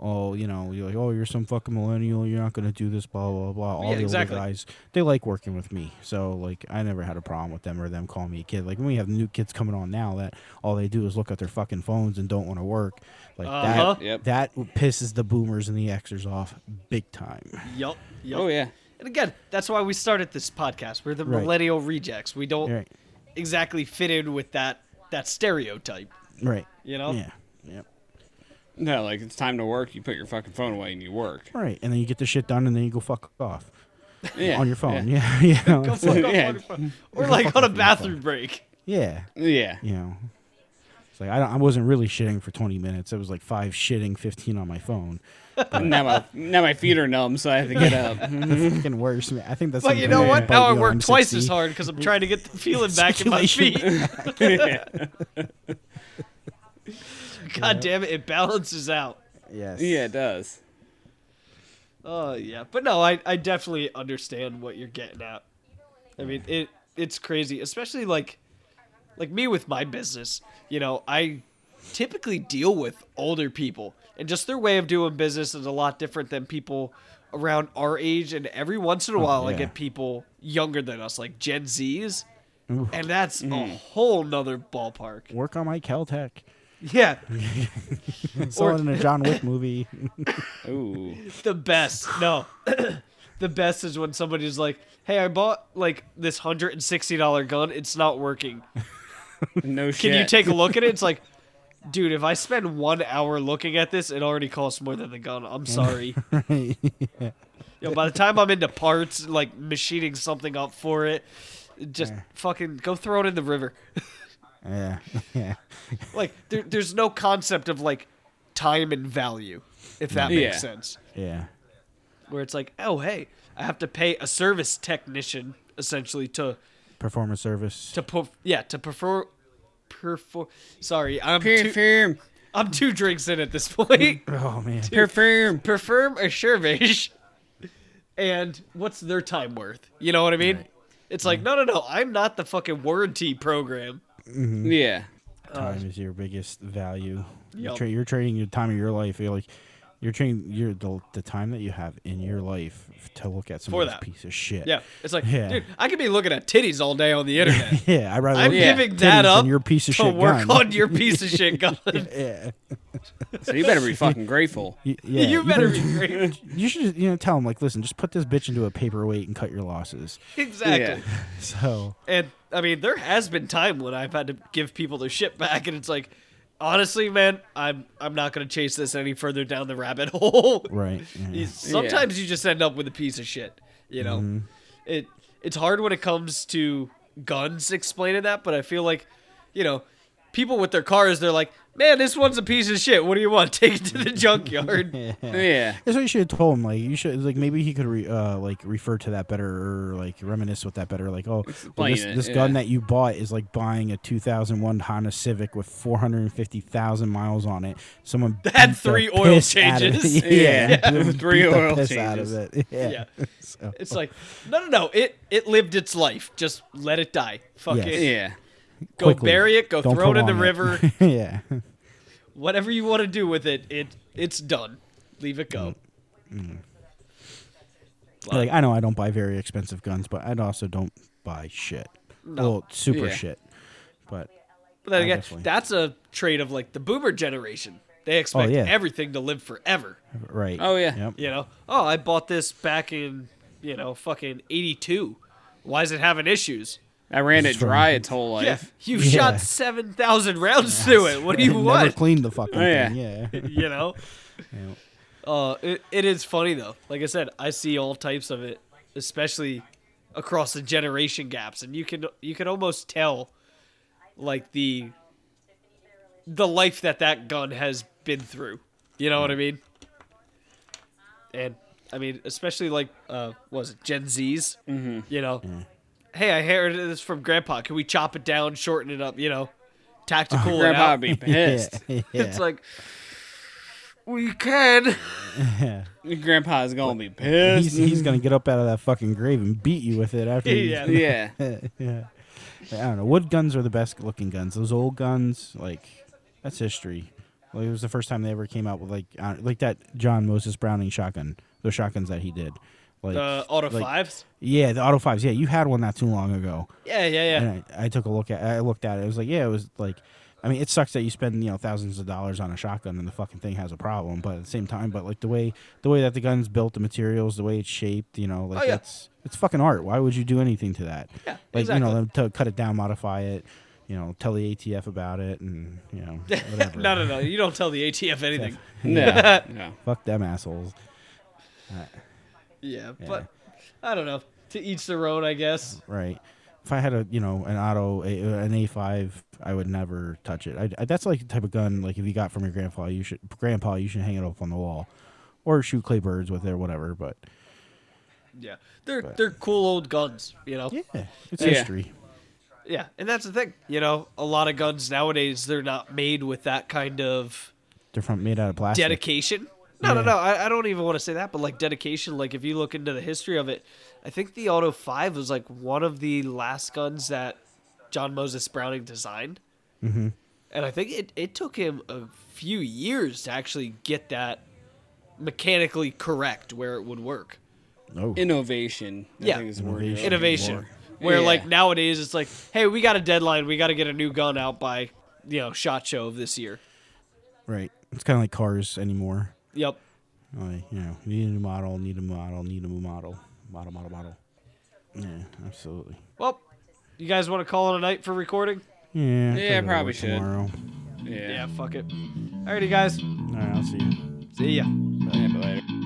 Speaker 2: oh, you know, you're like, oh, you're some fucking millennial. You're not gonna do this, blah blah blah. All
Speaker 1: Yeah,
Speaker 2: the
Speaker 1: exactly.
Speaker 2: older guys, they like working with me. So like, I never had a problem with them or them calling me a kid. Like when we have new kids coming on now that all they do is look at their fucking phones and don't want to work. Like
Speaker 1: Uh-huh.
Speaker 2: that,
Speaker 3: Yep.
Speaker 2: that pisses the boomers and the Xers off big time.
Speaker 1: Yup. Yup.
Speaker 3: oh yeah.
Speaker 1: And again, that's why we started this podcast. We're the
Speaker 2: Right.
Speaker 1: millennial rejects. We don't
Speaker 2: Right,
Speaker 1: exactly fit in with that that stereotype.
Speaker 2: right.
Speaker 1: You know.
Speaker 2: Yeah, yep.
Speaker 3: No, like it's time to work. You put your fucking phone away and you work.
Speaker 2: All right, and then you get the shit done, and then you go fuck off
Speaker 3: Yeah.
Speaker 2: on your phone. Yeah, yeah, yeah.
Speaker 1: Go fuck off
Speaker 3: Yeah.
Speaker 1: on your phone. Or like on a bathroom break.
Speaker 2: yeah.
Speaker 3: Yeah.
Speaker 2: you know it's like I, don't, I wasn't really shitting for 20 minutes it was like five shitting 15 on my phone
Speaker 3: Now my now my feet are numb, so I have to get up.
Speaker 2: That's fucking worse man. i think that's
Speaker 1: But
Speaker 2: something
Speaker 1: Mm-hmm. you know
Speaker 2: that
Speaker 1: what?
Speaker 2: bug
Speaker 1: Now I
Speaker 2: you
Speaker 1: work
Speaker 2: on
Speaker 1: twice as
Speaker 2: 60.
Speaker 1: hard because I'm trying to get the feeling back in my feet.
Speaker 2: Circulation.
Speaker 1: God damn it, it balances out.
Speaker 2: yes
Speaker 3: yeah, it does.
Speaker 1: Oh yeah, but no, I, I definitely understand what you're getting at. I mean, it it's crazy, especially like like me with my business. You know, I typically deal with older people, and just their way of doing business is a lot different than people around our age. And every once in a while, I
Speaker 2: yeah.
Speaker 1: get people younger than us, like Gen Zs, and that's a whole nother ballpark.
Speaker 2: work on my caltech
Speaker 1: Yeah,
Speaker 2: saw
Speaker 1: Or-
Speaker 2: it in a john wick movie
Speaker 3: Ooh.
Speaker 1: The best. No. the best is when somebody's like, "Hey, I bought like this $160 gun. It's not working.
Speaker 3: No shit.
Speaker 1: Can you take a look at it?" It's like, Dude, if I spend one hour looking at this, it already costs more than the gun. I'm sorry. Yo, by the time I'm into parts, like machining something up for it, just
Speaker 2: Yeah.
Speaker 1: fucking go throw it in the river.
Speaker 2: yeah, yeah.
Speaker 1: like, there, there's no concept of like time and value, if that
Speaker 3: Yeah.
Speaker 1: makes sense.
Speaker 2: Yeah.
Speaker 1: Where it's like, oh hey, I have to pay a service technician essentially to
Speaker 2: Perform a service.
Speaker 1: to perf- yeah to perform perform. Sorry, I'm too,
Speaker 3: Perfume,
Speaker 1: I'm two drinks in at this point.
Speaker 2: oh man.
Speaker 3: perfume.
Speaker 1: perform a service and what's their time worth? You know what I mean? It's like, no, no, no, I'm not the fucking warranty program.
Speaker 2: Mm.
Speaker 3: Yeah,
Speaker 2: time is your biggest value. You're,
Speaker 1: Yup.
Speaker 2: tra- you're trading your time of your life. You're like, you're trading your the, the time that you have in your life to look at some
Speaker 1: For
Speaker 2: of this
Speaker 1: that.
Speaker 2: piece of shit.
Speaker 1: Yeah. It's like,
Speaker 2: Yeah.
Speaker 1: dude, I could be looking at titties all day on the internet.
Speaker 2: yeah. I'd rather
Speaker 1: I'm
Speaker 2: look
Speaker 3: Yeah.
Speaker 2: at
Speaker 1: giving
Speaker 2: titties
Speaker 1: that
Speaker 2: than
Speaker 1: up
Speaker 2: your piece of
Speaker 1: to
Speaker 2: shit
Speaker 1: work
Speaker 2: gun.
Speaker 1: on your piece of shit gun.
Speaker 2: yeah.
Speaker 3: so you better be fucking grateful.
Speaker 2: Y- yeah.
Speaker 1: you better be great.
Speaker 2: You should, you know, tell them like, listen, just put this bitch into a paperweight and cut your losses.
Speaker 1: Exactly.
Speaker 2: So
Speaker 1: And I mean, there has been time when I've had to give people their shit back, and it's like, honestly, man, I'm I'm not gonna chase this any further down the rabbit hole.
Speaker 2: right. yeah.
Speaker 1: You- Sometimes you just end up with a piece of shit. You know,
Speaker 2: Mm-hmm.
Speaker 1: it it's hard when it comes to guns explaining that, but I feel like, you know, people with their cars, they're like, man, this one's a piece of shit. What do you want? Take it to the junkyard.
Speaker 3: Yeah,
Speaker 2: That's what you should have told him. Like you should like maybe he could re, uh, like refer to that better or like reminisce with that better. Like oh, well,
Speaker 3: Explain
Speaker 2: this,
Speaker 3: it,
Speaker 2: this gun
Speaker 3: yeah.
Speaker 2: that you bought is like buying a 2001 Honda Civic with 450,000 miles on it. Someone
Speaker 1: Had
Speaker 2: beat the
Speaker 1: three oil
Speaker 2: piss out of it.
Speaker 1: changes.
Speaker 2: yeah,
Speaker 3: Yeah.
Speaker 2: blew-
Speaker 3: Three
Speaker 2: beat the
Speaker 3: oil
Speaker 2: piss out of
Speaker 3: changes.
Speaker 2: it. Yeah.
Speaker 1: Yeah.
Speaker 2: So,
Speaker 1: It's like, no, no, no. It it lived its life. Just let it die. Fuck
Speaker 2: Yes.
Speaker 1: it.
Speaker 3: yeah.
Speaker 1: Go
Speaker 2: quickly.
Speaker 1: bury it. Go
Speaker 2: Don't
Speaker 1: throw it in the
Speaker 2: prolong
Speaker 1: river.
Speaker 2: it. yeah.
Speaker 1: Whatever you want to do with it, it it's done. Leave it
Speaker 2: Mm,
Speaker 1: go.
Speaker 2: Like I know I don't buy very expensive guns, but I also don't buy shit. Well, super
Speaker 3: Yeah.
Speaker 2: shit. But
Speaker 1: But then
Speaker 2: Oh,
Speaker 1: again,
Speaker 2: definitely. Oh,
Speaker 1: that's a trait of like the boomer generation. They expect
Speaker 2: yeah.
Speaker 1: everything to live forever.
Speaker 2: right.
Speaker 3: Oh, yeah.
Speaker 2: Yep.
Speaker 1: You know, oh, I bought this back in, you know, fucking 82. Why is it having issues?
Speaker 3: I ran it
Speaker 2: It's from-
Speaker 3: dry its whole
Speaker 1: Yeah,
Speaker 3: life.
Speaker 1: you
Speaker 2: Yeah.
Speaker 1: shot 7,000 rounds through it. What do you
Speaker 2: Never
Speaker 1: want?
Speaker 2: cleaned the fucking
Speaker 3: Oh, yeah.
Speaker 2: thing. Yeah.
Speaker 1: you know?
Speaker 2: Yeah.
Speaker 1: Uh, it, it is funny, though. Like I said, I see all types of it, especially across the generation gaps. And you can, you can almost tell, like, the, the life that that gun has been through. You know what I mean? And I mean, especially like, uh, what was it Gen Zs? Mm-hmm. You know, hey, I inherited this from Grandpa. Can we chop it down, shorten it up? You know, tactical. it
Speaker 3: Grandpa
Speaker 1: out?
Speaker 3: would be pissed.
Speaker 2: Yeah.
Speaker 1: It's like we can.
Speaker 2: Yeah.
Speaker 3: Grandpa's gonna be
Speaker 2: he's,
Speaker 3: pissed.
Speaker 2: he's gonna get up out of that fucking grave and beat you with it after.
Speaker 1: Yeah.
Speaker 2: he's-
Speaker 3: yeah,
Speaker 2: yeah. I don't know. Wood guns are the best looking guns. Those old guns, like that's history. Like it was the first time they ever came out with like uh, like that John Moses Browning shotgun. Those shotguns that he did. Like
Speaker 1: The Uh, auto
Speaker 2: like-
Speaker 1: fives.
Speaker 2: Yeah, the auto fives. Yeah, you had one not too long ago.
Speaker 1: Yeah, yeah, yeah.
Speaker 2: and I, I took a look at I looked at it. It was like, yeah, it was like I mean, it sucks that you spend, you know, thousands of dollars on a shotgun and the fucking thing has a problem, but at the same time, but like the way the way that the gun's built, the materials, the way it's shaped, you know, like
Speaker 1: Oh, yeah.
Speaker 2: it's it's fucking art. Why would you do anything to that?
Speaker 1: Yeah,
Speaker 2: like you know,
Speaker 1: exactly.
Speaker 2: to cut it down, modify it, you know, tell the ATF about it and you know, whatever.
Speaker 1: no, no, no. You don't tell the ATF anything.
Speaker 3: no, no.
Speaker 2: Fuck them assholes.
Speaker 1: Yeah, but I don't know. To each their own, I guess.
Speaker 2: right? If I had a you know an auto a, an A five, I would never touch it. I, I- that's like the type of gun like if you got from your grandpa, you should grandpa, you should hang it up on the wall, or shoot clay birds with it or whatever. But
Speaker 1: Yeah, they're they're cool old guns. You know.
Speaker 2: yeah, it's
Speaker 3: Yeah.
Speaker 2: history.
Speaker 1: Yeah, and that's the thing. You know, a lot of guns nowadays they're not made with that kind of
Speaker 2: They're from made out of plastic.
Speaker 1: dedication. No, no, no. I, I don't even want to say that, but like dedication. Like if you look into the history of it, I think the Auto Five was like one of the last guns that John Moses Browning designed, mm-hmm. and I think it it took him a few years to actually get that mechanically correct where it would work.
Speaker 2: oh,
Speaker 3: Innovation. I
Speaker 1: Yeah.
Speaker 3: think is the word
Speaker 2: Innovation.
Speaker 3: you're looking
Speaker 1: Innovation.
Speaker 3: for.
Speaker 1: Where
Speaker 3: Yeah.
Speaker 1: like nowadays it's like, hey, we got a deadline. We got to get a new gun out by you know shot show of this year.
Speaker 2: right. It's kind of like cars anymore.
Speaker 1: Yep.
Speaker 2: Like you know, need a new model, need a model, need a new model, model, model, model. Yeah, absolutely.
Speaker 1: Well, you guys want to call it a night for recording?
Speaker 2: Yeah. I
Speaker 3: Yeah,
Speaker 2: gotta
Speaker 3: probably
Speaker 2: work
Speaker 3: should.
Speaker 2: Tomorrow. Yeah, fuck it. Alrighty, guys.
Speaker 1: All right, I'll see you.
Speaker 2: See ya.
Speaker 3: yeah but later.